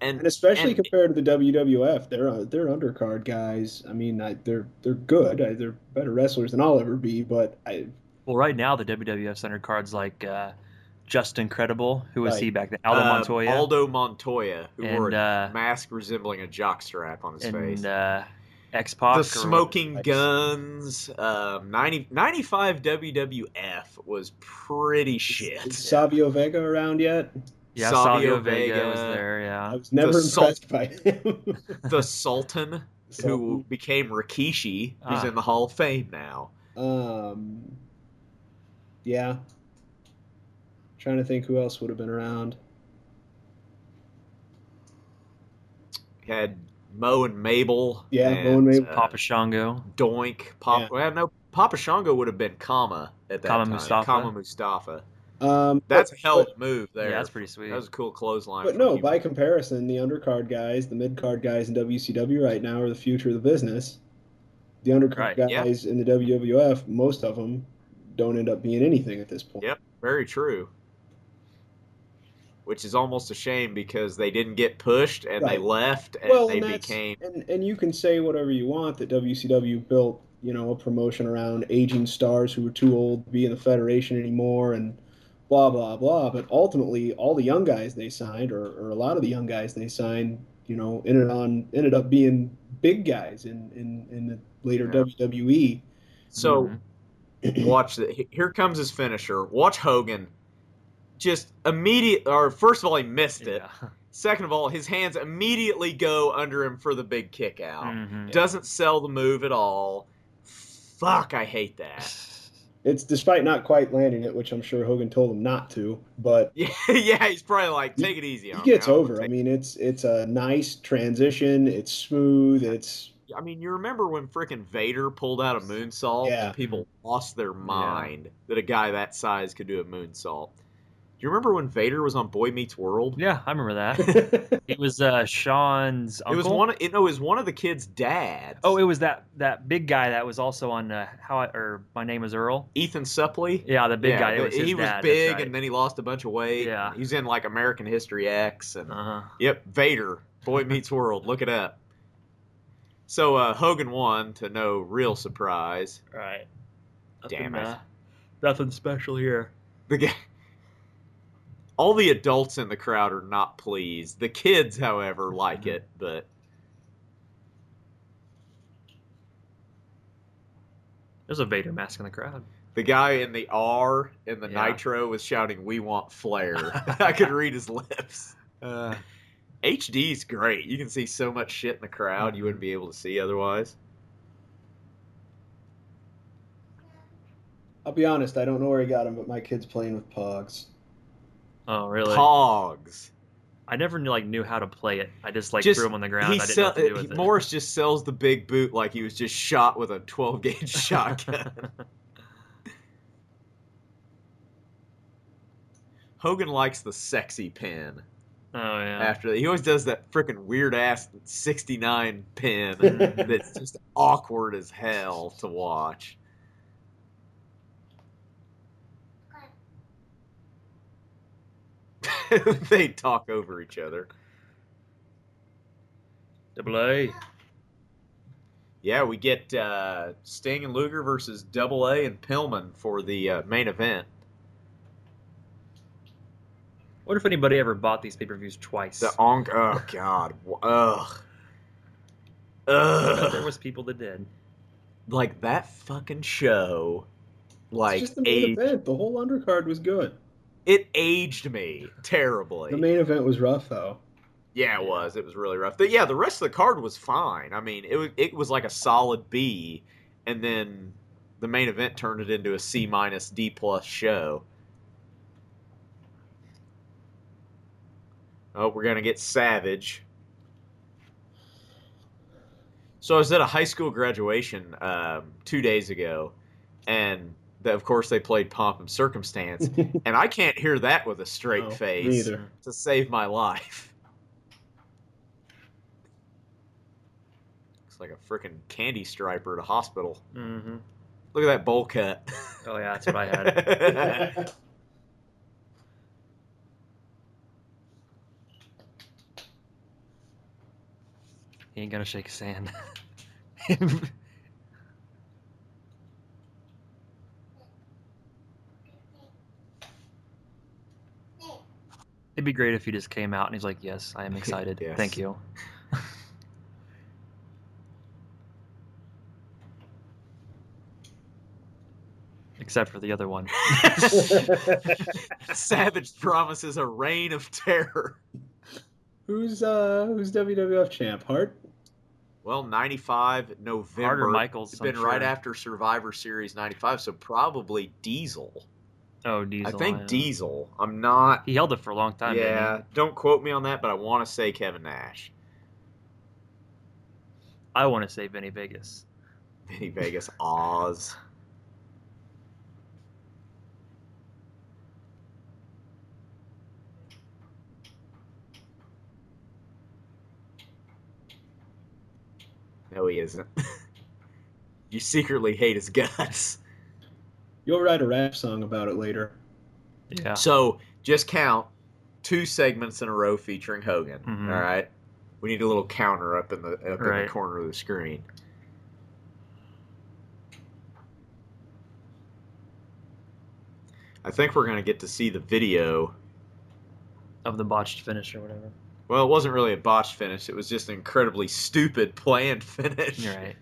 Speaker 1: And
Speaker 6: and especially
Speaker 1: And-
Speaker 6: compared to the WWF, they're uh, they're undercard guys. I mean, I, they're they're good. I, they're better wrestlers than I'll ever be, but I
Speaker 2: Well, right now the WWF center cards like uh, Just Incredible. Who was
Speaker 6: Right.
Speaker 2: he back then? Aldo
Speaker 1: Uh,
Speaker 2: Montoya.
Speaker 1: Aldo Montoya, who wore
Speaker 2: and
Speaker 1: a
Speaker 2: uh,
Speaker 1: mask resembling a jockstrap on his face.
Speaker 2: and uh, X Pac.
Speaker 1: the Smoking
Speaker 6: Nice.
Speaker 1: Guns, um, 90, 95 WWF was pretty shit.
Speaker 6: is Savio Vega around yet?
Speaker 2: Yeah,
Speaker 1: Savio
Speaker 2: Savio Vega,
Speaker 1: Vega.
Speaker 2: was there.
Speaker 6: I
Speaker 2: Yeah.
Speaker 6: was never
Speaker 1: The Salt-
Speaker 6: impressed by him.
Speaker 1: the Sultan, who
Speaker 6: So,
Speaker 1: became Rikishi, who's
Speaker 2: Ah.
Speaker 1: in the Hall of Fame now.
Speaker 6: um, yeah. Trying to think who else would have been around.
Speaker 1: Had Mo and Mabel.
Speaker 6: Yeah, Mo and Mabel.
Speaker 1: uh,
Speaker 2: Papa Shango.
Speaker 1: Doink. Pop,
Speaker 6: Yeah.
Speaker 1: Well, no, Papa Shango would have been Kama at that
Speaker 2: Kama
Speaker 1: time.
Speaker 2: Mustafa.
Speaker 1: Kama Mustafa.
Speaker 6: Um,
Speaker 1: That's a
Speaker 6: but-
Speaker 1: hell of a move there.
Speaker 2: Yeah, that's pretty sweet.
Speaker 1: That was a cool clothesline.
Speaker 6: But
Speaker 1: from
Speaker 6: no,
Speaker 1: you.
Speaker 6: by comparison, the undercard guys, the midcard guys in WCW right now are the future of the business. The undercard
Speaker 2: Right,
Speaker 1: yeah.
Speaker 6: guys in the WWF, most of them don't end up being anything at this point.
Speaker 1: Yep. Very true. which is almost a shame because they didn't get pushed and they
Speaker 6: Right.
Speaker 1: left and
Speaker 6: well,
Speaker 1: they
Speaker 6: and that's-
Speaker 1: became
Speaker 6: and, and you can say whatever you want that WCW built, you know, a promotion around aging stars who were too old to be in the federation anymore, and blah blah blah. But ultimately, all the young guys they signed, or, or a lot of the young guys they signed, you know, ended on ended up being big guys in in, in the later E.
Speaker 1: Yeah.
Speaker 6: WWE.
Speaker 1: so.
Speaker 2: Mm-hmm.
Speaker 1: watch the he- here comes his finisher. Watch Hogan just immediate or first of all he missed it.
Speaker 2: Yeah.
Speaker 1: Second of all, his hands immediately go under him for the big kick out.
Speaker 2: Mhm.
Speaker 1: Doesn't sell the move at all. Fuck, I hate that.
Speaker 6: It's despite not quite landing it, which I'm sure Hogan told him not to, but
Speaker 1: Yeah, yeah, he's probably like, take it easy.
Speaker 6: he
Speaker 1: on me.
Speaker 6: gets
Speaker 1: I won't
Speaker 6: over. I
Speaker 1: take-
Speaker 6: mean, it's it's a nice transition. It's smooth. It's
Speaker 1: I mean, you remember when frickin' Vader pulled out a moonsault?
Speaker 6: Yeah.
Speaker 1: People lost their mind that a guy that size could do a moonsault. Do you remember when Vader was on Boy Meets World?
Speaker 2: Yeah, I remember that. It was uh, Sean's uncle.
Speaker 1: It was one. Of, it, no, it was one of the kids' dads.
Speaker 2: Oh, it was that that big guy that was also on uh, how I, or my name is Earl.
Speaker 1: Ethan Suplee.
Speaker 2: Yeah, the big
Speaker 1: Yeah,
Speaker 2: guy. It
Speaker 1: the-
Speaker 2: was his
Speaker 1: he was
Speaker 2: dad, that's
Speaker 1: big,
Speaker 2: right.
Speaker 1: and then he lost a bunch of weight.
Speaker 2: Yeah.
Speaker 1: and he's in like American History X, and
Speaker 2: uh-huh.
Speaker 1: yep, Vader, Boy Meets World. Look it up. So uh, Hogan won to no real surprise.
Speaker 2: Right.
Speaker 1: Damn
Speaker 2: Nothing,
Speaker 1: it.
Speaker 2: uh, nothing special here.
Speaker 1: The guy, all the adults in the crowd are not pleased. The kids, however, like
Speaker 2: Mm-hmm.
Speaker 1: it, but
Speaker 2: There's a Vader mask in the crowd.
Speaker 1: the guy in the R in the
Speaker 2: Yeah.
Speaker 1: Nitro was shouting, "We want Flair." I could read his lips.
Speaker 2: Uh,
Speaker 1: HD's great. You can see so much shit in the crowd you
Speaker 2: Mm-hmm.
Speaker 1: wouldn't be able to see otherwise.
Speaker 6: I'll be honest, I don't know where he got him, but my kid's playing with Pogs.
Speaker 2: oh, really?
Speaker 1: Pogs.
Speaker 2: I never knew, like knew how to play it. I just like
Speaker 1: Just-
Speaker 2: threw him on the ground. I
Speaker 1: he
Speaker 2: didn't
Speaker 1: sell,
Speaker 2: know what to do
Speaker 1: he-
Speaker 2: with it.
Speaker 1: Morris just sells the big boot like he was just shot with a 12 gauge shotgun. Hogan likes the sexy pin.
Speaker 2: oh yeah.
Speaker 1: After that, he always does that freaking weird ass 69 pin that's just awkward as hell to watch. they talk over each other.
Speaker 2: Double A.
Speaker 1: Yeah, we get uh, Sting and Luger versus Double A and Pillman for the uh, main event.
Speaker 2: What if anybody ever bought these pay per views twice?
Speaker 1: The onk. Oh God. W- Ugh.
Speaker 2: But there
Speaker 1: Ugh.
Speaker 2: was people that did.
Speaker 1: Like that fucking show. Like
Speaker 6: it's just the main
Speaker 1: aged,
Speaker 6: event. The whole undercard was good.
Speaker 1: it aged me terribly.
Speaker 6: The main event was rough though.
Speaker 1: yeah, it was. It was really rough. But yeah, the rest of the card was fine. I mean, it was it was like a solid B, and then the main event turned it into a C minus D plus show. Oh, we're gonna get savage. So I was at a high school graduation um, two days ago, and the, of course they played "Pomp and Circumstance," and I can't hear that with a straight
Speaker 6: No, me
Speaker 1: face
Speaker 6: either.
Speaker 1: to save my life. Looks like a freaking candy striper at a hospital.
Speaker 2: Mm-hmm.
Speaker 1: Look at that bowl cut.
Speaker 2: Oh yeah, that's what I had.
Speaker 1: had.
Speaker 2: he ain't gonna shake his hand. It'd be great if he just came out and he's like, "Yes, I am excited.
Speaker 1: Yes.
Speaker 2: Thank you." Except for the other one.
Speaker 1: Savage promises a reign of terror.
Speaker 6: who's uh who's WWF champ? Hart?
Speaker 1: Well, 95 November.
Speaker 2: Harder Michaels.
Speaker 1: It's
Speaker 2: I'm
Speaker 1: been right
Speaker 2: sure.
Speaker 1: after Survivor Series 95, so probably Diesel.
Speaker 2: Oh, Diesel.
Speaker 1: I think
Speaker 2: yeah.
Speaker 1: Diesel. I'm not.
Speaker 2: He held it for a long time. didn't he?
Speaker 1: yeah, don't quote me on that, but I want to say Kevin Nash.
Speaker 2: I want to say Vinny Vegas.
Speaker 1: Vinny Vegas, Oz. No, he isn't. you secretly hate his guts.
Speaker 6: You'll write a rap song about it later.
Speaker 2: Yeah.
Speaker 1: So just count two segments in a row featuring Hogan.
Speaker 2: Mhm.
Speaker 1: all right, we need a little counter up in the up in
Speaker 2: Right.
Speaker 1: the corner of the screen. I think we're gonna get to see the video.
Speaker 2: of the botched finish or whatever.
Speaker 1: Well, it wasn't really a botched finish. It was just an incredibly stupid planned finish.
Speaker 2: You're right.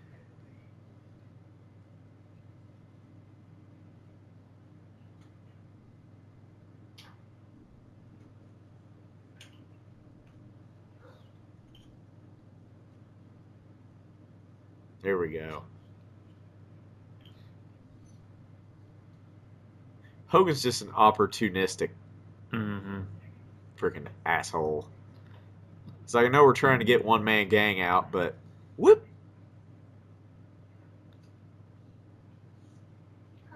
Speaker 1: Here we go. Hogan's just an opportunistic
Speaker 2: Mm-hmm.
Speaker 1: freaking asshole. It's like I know we're trying to get one man gang out, but whoop.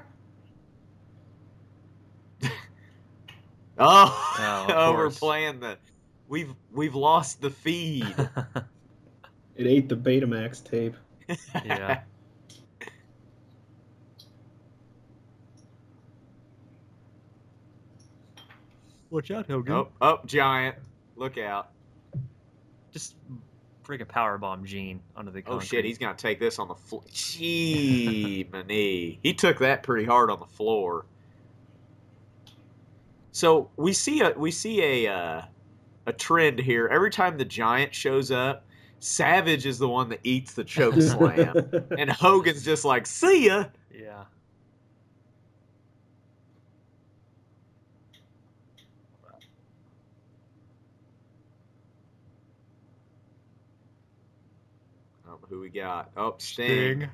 Speaker 1: oh,
Speaker 2: Oh, of
Speaker 1: oh we're
Speaker 2: course.
Speaker 1: playing the we've we've lost the feed.
Speaker 6: It ate the Betamax tape.
Speaker 2: yeah. Watch out, Hogan.
Speaker 1: Nope. Up Oh, giant. Look out.
Speaker 2: Just break a power bomb Gene onto the
Speaker 1: Oh
Speaker 2: concrete.
Speaker 1: shit, he's gonna take this on the floor. Gee, my knee. He took that pretty hard on the floor. So we see a we see a uh, a trend here. Every time the giant shows up, Savage is the one that eats the choke slam, and Hogan's just like, "See ya."
Speaker 2: Yeah.
Speaker 1: Oh, who we got? Oh, Sting.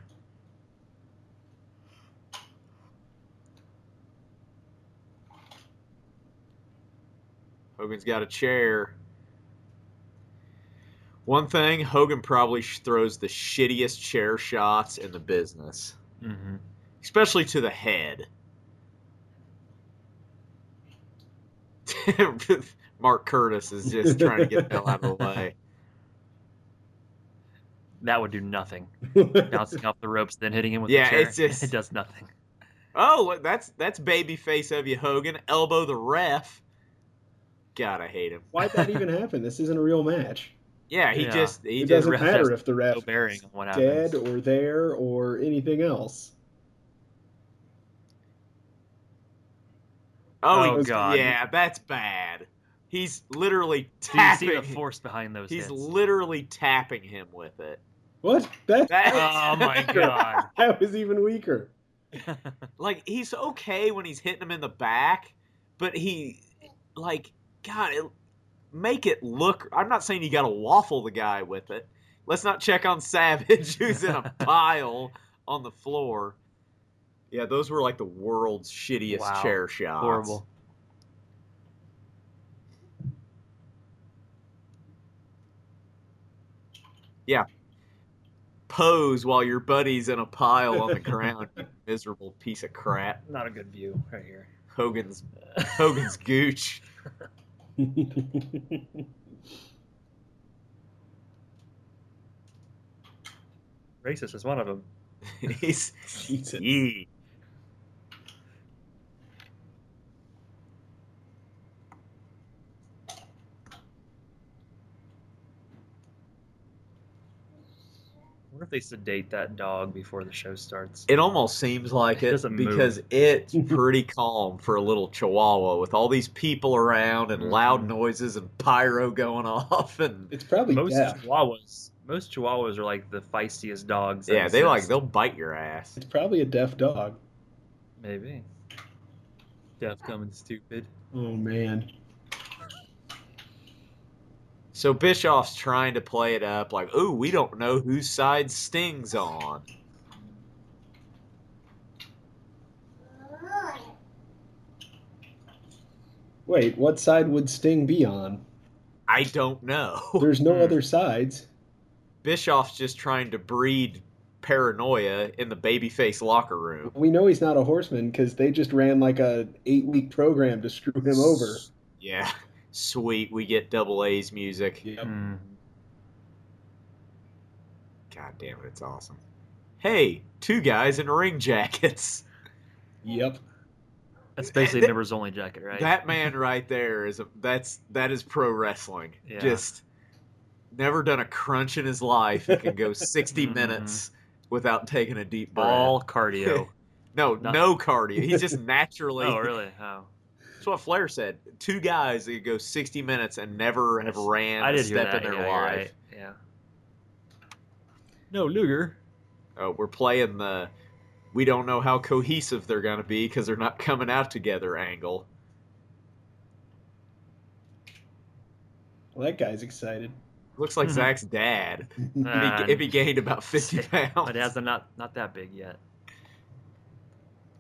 Speaker 1: Hogan's got a chair. One thing, Hogan probably sh- throws the shittiest chair shots in the business,
Speaker 2: Mm-hmm.
Speaker 1: especially to the head. Mark Curtis is just trying to get the hell out of the way.
Speaker 2: That would do nothing. Bouncing off the ropes, then hitting him with
Speaker 1: Yeah,
Speaker 2: the chair.
Speaker 1: it's just-
Speaker 2: it does nothing.
Speaker 1: Oh, look, that's that's baby face of you, Hogan. Elbow the ref. God, I hate him.
Speaker 6: Why'd that even happen? This isn't a real match.
Speaker 1: Yeah, he
Speaker 2: Yeah.
Speaker 1: just he
Speaker 6: It
Speaker 1: just
Speaker 6: doesn't
Speaker 2: ref has
Speaker 6: matter if the ref
Speaker 2: No bearing on what
Speaker 6: is
Speaker 2: happens.
Speaker 6: dead or there or anything else.
Speaker 1: Oh,
Speaker 2: Oh,
Speaker 1: he-
Speaker 2: God.
Speaker 1: yeah, that's bad. He's literally
Speaker 2: Do you see
Speaker 1: tapping.
Speaker 2: the force behind those
Speaker 1: he's
Speaker 2: hits?
Speaker 1: literally tapping him with it.
Speaker 6: What? That,
Speaker 1: That-
Speaker 2: oh my god.
Speaker 6: that was even weaker.
Speaker 1: Like he's okay when he's hitting him in the back, but he like God, it, make it look. I'm not saying you got to waffle the guy with it. Let's not check on Savage, who's in a pile on the floor. Yeah, those were like the world's shittiest
Speaker 2: Wow.
Speaker 1: chair shots.
Speaker 2: Horrible.
Speaker 1: Pose while your buddy's in a pile on the ground. You miserable piece of crap.
Speaker 2: Not a good view right here.
Speaker 1: Hogan's Hogan's gooch.
Speaker 2: Racist is one of them.
Speaker 1: He's
Speaker 6: Jesus.
Speaker 1: Yee.
Speaker 2: I wonder if they sedate that dog before the show starts.
Speaker 1: It almost seems like
Speaker 2: It
Speaker 1: it,
Speaker 2: doesn't move.
Speaker 1: because it's pretty calm for a little chihuahua with all these people around and loud noises and pyro going off and
Speaker 6: It's probably
Speaker 2: most
Speaker 6: deaf.
Speaker 2: chihuahuas, most chihuahuas are like the feistiest dogs. that
Speaker 1: yeah, they like
Speaker 2: exist.
Speaker 1: they'll bite your ass.
Speaker 6: It's probably a deaf dog.
Speaker 2: Maybe. Deaf, dumb, and stupid.
Speaker 6: Oh man.
Speaker 1: So Bischoff's trying to play it up like, "Ooh, we don't know whose side Sting's on."
Speaker 6: Wait, what side would Sting be on?
Speaker 1: I don't know.
Speaker 6: There's no
Speaker 2: Hmm.
Speaker 6: other sides.
Speaker 1: Bischoff's just trying to breed paranoia in the babyface locker room.
Speaker 6: We know he's not a horseman because they just ran like a eight week program to screw him over.
Speaker 1: Yeah. Sweet, we get double A's music.
Speaker 2: Mm.
Speaker 1: God damn it, it's awesome. Hey, two guys in ring jackets.
Speaker 6: Yep.
Speaker 2: That's basically
Speaker 1: That-
Speaker 2: Nibber's only jacket, right?
Speaker 1: That man right there is a, that's that is pro wrestling.
Speaker 2: Yeah.
Speaker 1: Just never done a crunch in his life. He can go 60
Speaker 2: Mhm.
Speaker 1: minutes without taking a deep breath.
Speaker 2: All cardio.
Speaker 1: no,
Speaker 2: no.
Speaker 1: no cardio. He's just naturally.
Speaker 2: oh, really? Oh.
Speaker 1: That's what Flair said. Two guys that could go 60 minutes and never have
Speaker 2: That's-
Speaker 1: ran
Speaker 2: I
Speaker 1: a
Speaker 2: did hear
Speaker 1: step
Speaker 2: that.
Speaker 1: in their
Speaker 2: yeah, you're
Speaker 1: life.
Speaker 2: right. Yeah. No, Luger.
Speaker 1: Uh, we're playing the we don't know how cohesive they're going to be because they're not coming out together angle.
Speaker 6: Well, that guy's excited.
Speaker 1: Looks like
Speaker 2: Mhm.
Speaker 1: Zach's dad. If
Speaker 2: Uh,
Speaker 1: he, if he gained about 50 pounds.
Speaker 2: my dad's not not that big yet.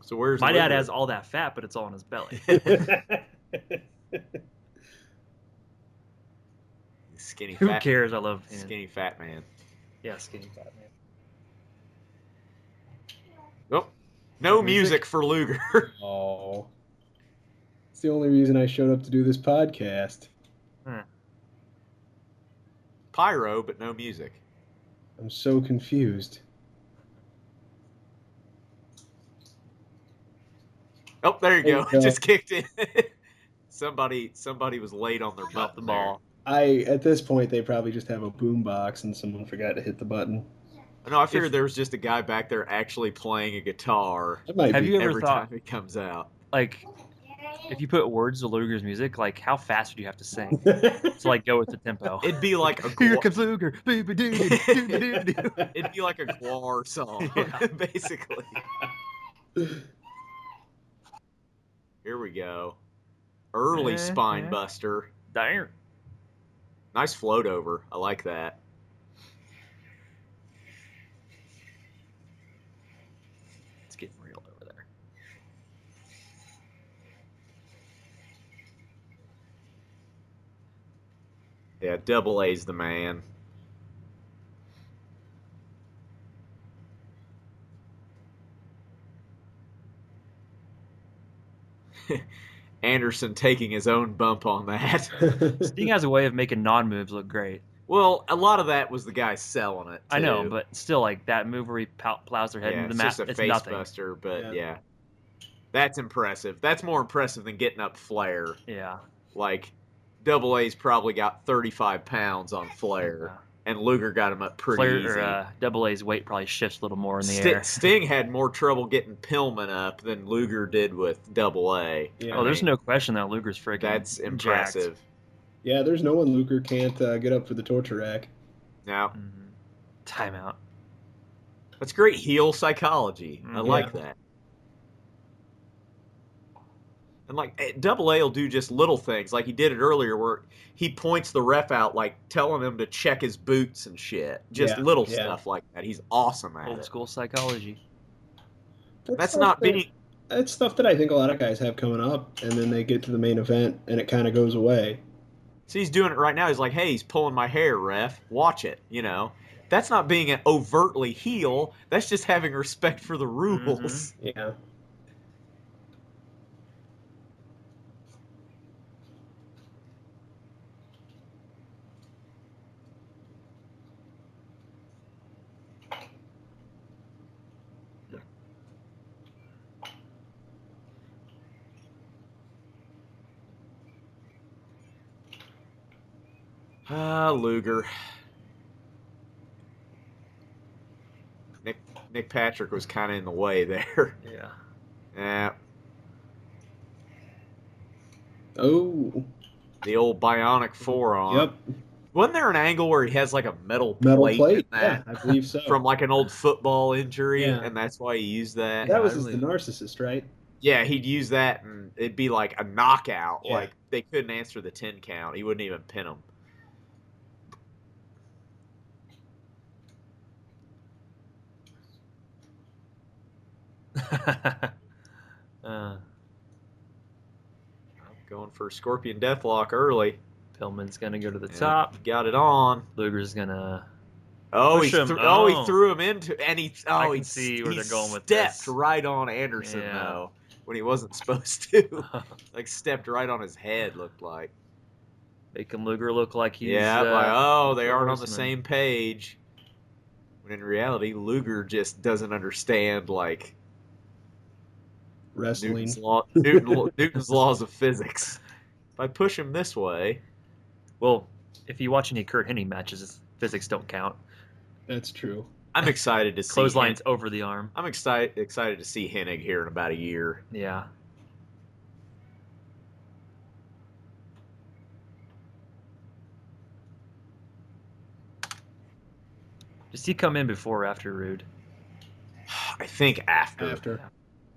Speaker 1: so where's
Speaker 2: My dad
Speaker 1: Luger?
Speaker 2: has all that fat, but it's all in his belly.
Speaker 1: skinny
Speaker 2: Who
Speaker 1: fat,
Speaker 2: cares? I love him.
Speaker 1: Skinny fat man.
Speaker 2: Yeah, skinny fat man.
Speaker 1: Nope. No
Speaker 2: Music?
Speaker 1: music, for Luger.
Speaker 6: oh, it's the only reason I showed up to do this podcast.
Speaker 1: Pyro, but no music.
Speaker 6: I'm so confused.
Speaker 1: Oh, there you
Speaker 6: There
Speaker 1: go.
Speaker 6: you go.
Speaker 1: Just kicked in. somebody somebody was late on their
Speaker 2: Drop the
Speaker 1: button
Speaker 2: ball.
Speaker 6: I at this point they probably just have a boombox and someone forgot to hit the button.
Speaker 1: there. No, I figured there was just a guy back there actually playing a guitar
Speaker 6: That might
Speaker 2: Have
Speaker 6: be.
Speaker 2: you ever
Speaker 1: every
Speaker 2: thought-
Speaker 1: time it comes out.
Speaker 2: Like, if you put words to Luger's music, like how fast would you have to sing to like go with the tempo?
Speaker 1: It'd be like a
Speaker 2: Here
Speaker 1: gua-
Speaker 2: comes Luger. Boop doo doo doo doo.
Speaker 1: it'd be like a guar song,
Speaker 2: Yeah.
Speaker 1: basically. Here we go. Early
Speaker 2: Eh,
Speaker 1: spine
Speaker 2: eh.
Speaker 1: buster.
Speaker 2: Darn.
Speaker 1: Nice float over. I like that.
Speaker 2: It's getting real over there.
Speaker 1: Yeah, double A's the man. Anderson taking his own bump on that.
Speaker 2: Sting has a way of making non moves look great.
Speaker 1: well, a lot of that was the guy selling it.
Speaker 2: I know,
Speaker 1: too.
Speaker 2: but still, like that move where he pow- plows their head
Speaker 1: yeah,
Speaker 2: into the
Speaker 1: it's
Speaker 2: mat,
Speaker 1: just a
Speaker 2: it's
Speaker 1: face
Speaker 2: nothing.
Speaker 1: buster. But
Speaker 6: Yeah.
Speaker 1: yeah. that's impressive. That's more impressive than getting up Flair.
Speaker 2: Yeah.
Speaker 1: Like, Double A's probably got 35 pounds on Flair,
Speaker 2: Yeah.
Speaker 1: and Luger got him up pretty
Speaker 2: Flair
Speaker 1: easy.
Speaker 2: or uh, Double A's weight probably shifts a little more in the
Speaker 1: Sti-
Speaker 2: air.
Speaker 1: Sting had more trouble getting Pillman up than Luger did with Double A.
Speaker 6: yeah.
Speaker 2: Oh, there's no question that Luger's freaking.
Speaker 1: That's
Speaker 2: jacked.
Speaker 1: impressive.
Speaker 6: yeah, there's no one Luker can't uh, get up for the torture rack.
Speaker 1: Now
Speaker 2: Mhm. Timeout.
Speaker 1: that's great heel psychology. I
Speaker 2: Mhm.
Speaker 1: like that. And like eh, Double A will do just little things, like he did it earlier, where he points the ref out, like telling him to check his boots and shit. Just
Speaker 6: Yeah,
Speaker 1: little
Speaker 6: yeah.
Speaker 1: stuff like that. He's awesome at
Speaker 2: Old
Speaker 1: it.
Speaker 2: school psychology.
Speaker 1: That's
Speaker 6: stuff
Speaker 1: not
Speaker 6: that-
Speaker 1: being
Speaker 6: That's stuff that I think a lot of guys have coming up, and then they get to the main event and it kind of goes away.
Speaker 1: So he's doing it right now. He's like, "Hey, he's pulling my hair, ref. Watch it." You know, that's not being an overtly heel. That's just having respect for the rules.
Speaker 6: Yeah.
Speaker 1: Ah, Luger. Nick Nick Patrick was kind of in the way there.
Speaker 2: Yeah.
Speaker 1: Eh,
Speaker 6: Oh.
Speaker 1: the old bionic forearm.
Speaker 6: Yep.
Speaker 1: Wasn't there an angle where he has like a metal,
Speaker 6: Metal
Speaker 1: plate,
Speaker 6: plate.
Speaker 1: in
Speaker 6: Yeah,
Speaker 1: that
Speaker 6: I believe so.
Speaker 1: from like an old football injury,
Speaker 6: Yeah.
Speaker 1: and that's why he used that?
Speaker 6: that
Speaker 2: I
Speaker 6: was just the
Speaker 2: believe-
Speaker 6: narcissist, right?
Speaker 1: Yeah, he'd use that, and it'd be like a knockout.
Speaker 6: Yeah.
Speaker 1: Like they couldn't answer the ten count. He wouldn't even pin him.
Speaker 2: uh,
Speaker 1: Going for a Scorpion Deathlock early.
Speaker 2: Pillman's gonna go to the
Speaker 1: Yeah,
Speaker 2: top.
Speaker 1: got it on.
Speaker 2: Luger's gonna.
Speaker 1: Oh,
Speaker 2: Push
Speaker 1: he
Speaker 2: him.
Speaker 1: threw, oh.
Speaker 2: Oh.
Speaker 1: he threw him into, and he
Speaker 2: I
Speaker 1: oh
Speaker 2: can
Speaker 1: he
Speaker 2: see where
Speaker 1: he
Speaker 2: they're going with
Speaker 1: stepped
Speaker 2: this.
Speaker 1: right on Anderson
Speaker 2: Yeah.
Speaker 1: though when he wasn't supposed to. like stepped right on his head. Looked like
Speaker 2: Making Luger look like he's.
Speaker 1: yeah,
Speaker 2: uh,
Speaker 1: like oh they
Speaker 2: the
Speaker 1: aren't on the
Speaker 2: horseman.
Speaker 1: same page. When in reality, Luger just doesn't understand like
Speaker 6: wrestling.
Speaker 1: Newton's, law, Newton, Newton's laws of physics. If I push him this way,
Speaker 2: Well, if you watch any Kurt Hennig matches, physics don't count.
Speaker 6: That's true.
Speaker 1: I'm excited to see.
Speaker 2: Clotheslines
Speaker 1: Hen-
Speaker 2: over the arm.
Speaker 1: I'm excited excited to see Hennig here in about a year.
Speaker 2: Yeah. Does he come in before or after Rude?
Speaker 1: I think after.
Speaker 6: After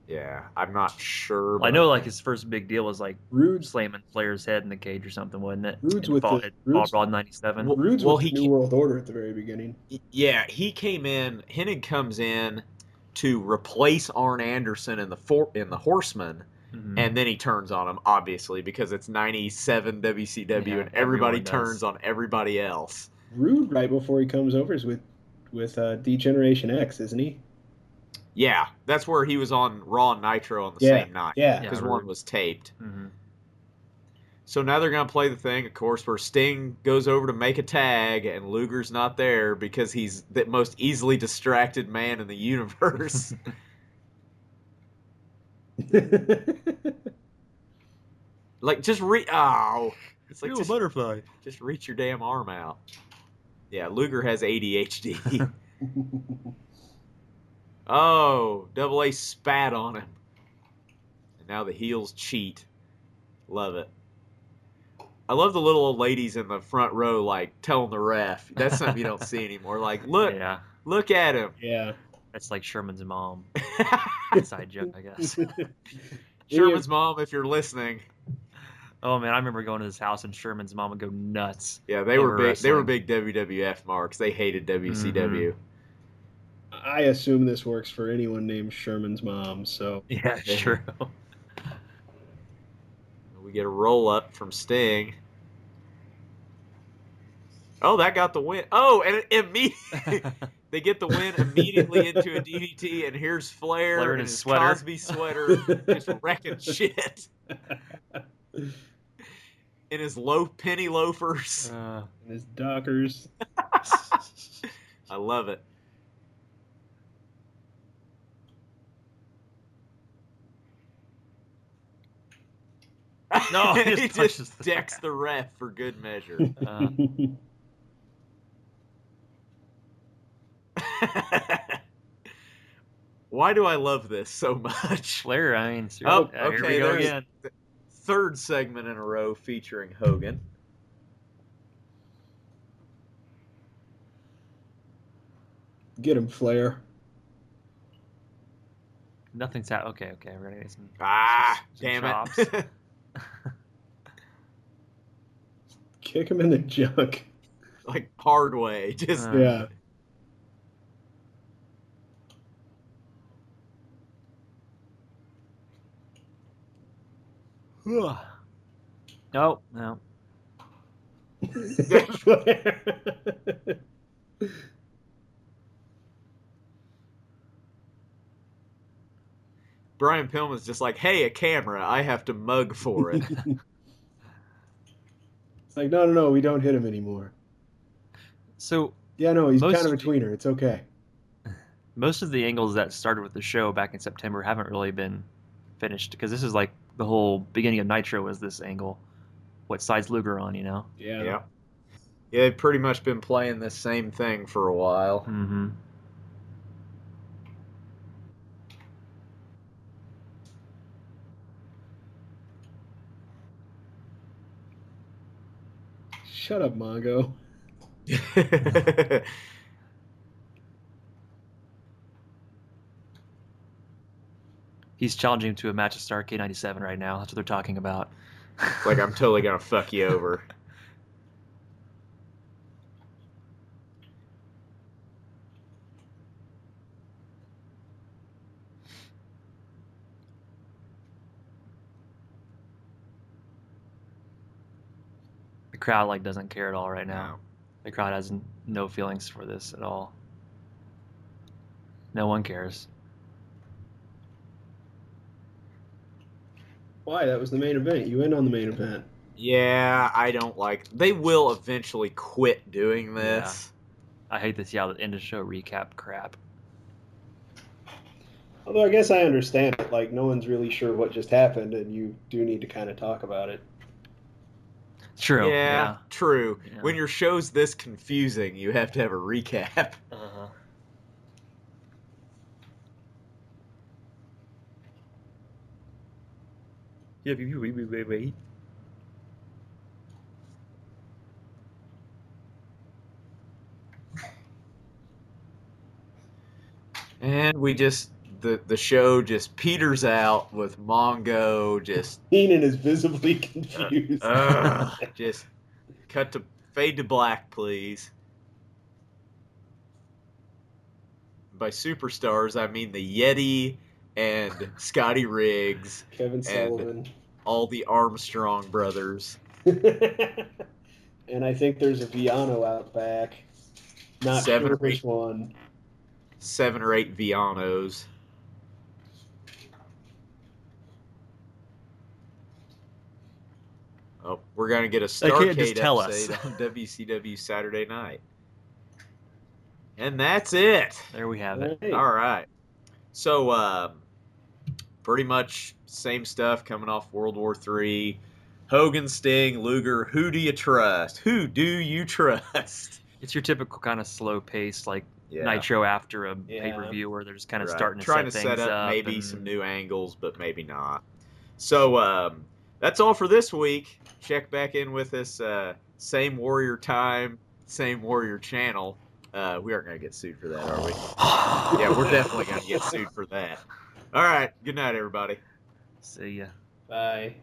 Speaker 1: Yeah, I'm not sure.
Speaker 2: Well, I know like his first big deal was like
Speaker 6: Rude's
Speaker 2: slamming Flair's head in the cage or something, wasn't it?
Speaker 6: Rude's
Speaker 2: In
Speaker 6: with
Speaker 2: Fall,
Speaker 6: the-
Speaker 2: at
Speaker 6: Rude's-
Speaker 2: Fall Brawl '97.
Speaker 1: Well-
Speaker 6: Rude's with
Speaker 1: he
Speaker 6: the New
Speaker 1: keep-
Speaker 6: World Order at the very beginning.
Speaker 1: like yeah, he came in. Hennig comes in to replace Arn Anderson in the for, in the Horseman,
Speaker 2: Mhm.
Speaker 1: and then he turns on him obviously because it's 97 WCW
Speaker 2: Yeah,
Speaker 1: and everybody
Speaker 2: everyone does.
Speaker 1: turns on everybody else.
Speaker 6: Rude right before he comes over is with with uh, Degeneration X, isn't he?
Speaker 1: Yeah, that's where he was on Raw and Nitro on the
Speaker 6: Yeah,
Speaker 1: same night
Speaker 6: Yeah.
Speaker 2: Yeah.
Speaker 1: because one was taped.
Speaker 2: Mhm.
Speaker 1: So now they're gonna play the thing, of course, where Sting goes over to make a tag, and Luger's not there because he's the most easily distracted man in the universe. like, just re oh, it's like just,
Speaker 8: butterfly.
Speaker 1: just reach your damn arm out. Yeah, Luger has ADHD. oh, Double A spat on him, and now the heels cheat. Love it. I love the little old ladies in the front row, like telling the ref. That's something you don't see anymore. Like, look,
Speaker 2: Yeah,
Speaker 1: look at him.
Speaker 6: yeah.
Speaker 2: that's like Sherman's mom. Inside joke, I guess.
Speaker 1: Sherman's mom, if you're listening,
Speaker 2: Oh man, I remember going to his house and Sherman's mom would go nuts.
Speaker 1: yeah, they
Speaker 2: They
Speaker 1: were
Speaker 2: were
Speaker 1: big. They were
Speaker 2: wrestling.
Speaker 1: big WWF marks. They hated WCW.
Speaker 6: I assume this works for anyone named Sherman's mom. So
Speaker 2: Yeah, sure.
Speaker 1: We get a roll up from Sting. Oh, that got the win. Oh, and it immediately they get the win immediately into a DDT, and here's Flair,
Speaker 2: Flair in
Speaker 1: and
Speaker 2: his
Speaker 1: his
Speaker 2: sweater.
Speaker 1: Cosby sweater, just wrecking shit in his low penny loafers.
Speaker 2: Uh,
Speaker 6: and his Dockers.
Speaker 1: I love it.
Speaker 2: No, he just
Speaker 1: he
Speaker 2: punches
Speaker 1: just
Speaker 2: the
Speaker 1: decks
Speaker 2: ref.
Speaker 1: the ref for good measure.
Speaker 2: uh,
Speaker 1: Why do I love this so much?
Speaker 2: Flair, I mean,
Speaker 1: Oh,
Speaker 2: seriously. Uh, here
Speaker 1: okay,
Speaker 2: we go
Speaker 1: there's-
Speaker 2: again.
Speaker 1: Third segment in a row featuring Hogan.
Speaker 6: Get him, Flair.
Speaker 2: Nothing's happened. Okay, okay, we're gonna get some.
Speaker 1: Ah,
Speaker 2: some
Speaker 1: damn
Speaker 2: chops. Uh.
Speaker 1: it.
Speaker 6: Kick him in the junk.
Speaker 1: like hard way. Just
Speaker 2: Uh.
Speaker 6: Yeah.
Speaker 2: no, no. Uh.
Speaker 6: Flair.
Speaker 1: Brian Pillman's just like, hey, a camera. I have to mug for it.
Speaker 6: it's like no, no, no. We don't hit him anymore.
Speaker 2: So
Speaker 6: Yeah, no. He's
Speaker 2: Most-
Speaker 6: kind of a tweener. It's okay.
Speaker 2: most of the angles that started with the show back in September haven't really been finished because this is like the whole beginning of Nitro was this angle. What side's Luger on? You know.
Speaker 6: Yeah.
Speaker 1: yeah. Yeah, they've pretty much been playing this same thing for a while.
Speaker 2: Mm-hmm.
Speaker 6: Shut up, Mongo.
Speaker 2: He's challenging him to a match at Starrcade '97 right now. That's what they're talking about.
Speaker 1: like, I'm totally going to fuck you over.
Speaker 2: The crowd like doesn't care at all right now.
Speaker 1: No.
Speaker 2: The crowd has n- no feelings for this at all. No one cares.
Speaker 6: Why? That was the main event. You end on the main event.
Speaker 1: Yeah, I don't like. They will eventually quit doing this.
Speaker 2: I hate this. Yeah, the end of show recap crap.
Speaker 6: Although I guess I understand it. Like, no one's really sure what just happened, and you do need to kind of talk about it.
Speaker 2: True.
Speaker 1: yeah, true.
Speaker 2: Yeah.
Speaker 1: When your show's this confusing, you have to have a recap.
Speaker 2: Uh-huh. Yeah, wait, wait, wait, wait, wait.
Speaker 1: And we just the the show just peters out with Mongo just
Speaker 6: Heenan is visibly
Speaker 1: Uh,
Speaker 6: confused.
Speaker 1: ugh, just cut to fade to black, please. By superstars, I mean the Yeti and Scotty Riggs,
Speaker 6: Kevin Sullivan.
Speaker 1: all the Armstrong brothers.
Speaker 6: and I think there's a Viano out back. Not
Speaker 1: Seven
Speaker 6: sure
Speaker 1: or eight.
Speaker 6: which one.
Speaker 1: seven or eight Vianos. Oh, we're gonna get a
Speaker 2: They
Speaker 1: Starcade
Speaker 2: can't just tell us.
Speaker 1: update on WCW Saturday Night, and that's it.
Speaker 2: There we have it.
Speaker 6: Hey,
Speaker 1: All right, so um, pretty much same stuff coming off World War Three. Hogan, Sting, Luger. Who do you trust? Who do you trust?
Speaker 2: It's your typical kind of slow pace, like Nitro after a
Speaker 6: Yeah.
Speaker 2: pay per view, where they're just kind of
Speaker 1: Right.
Speaker 2: starting to
Speaker 1: trying
Speaker 2: set
Speaker 1: to
Speaker 2: things
Speaker 1: set up, maybe
Speaker 2: and-
Speaker 1: some new angles, but maybe not. So um, that's all for this week. Check back in with us uh, same warrior time, same warrior channel. Uh, we aren't gonna get sued for that, are we? yeah, we're definitely gonna get sued for that. All right. Good night, everybody.
Speaker 2: See ya.
Speaker 6: Bye.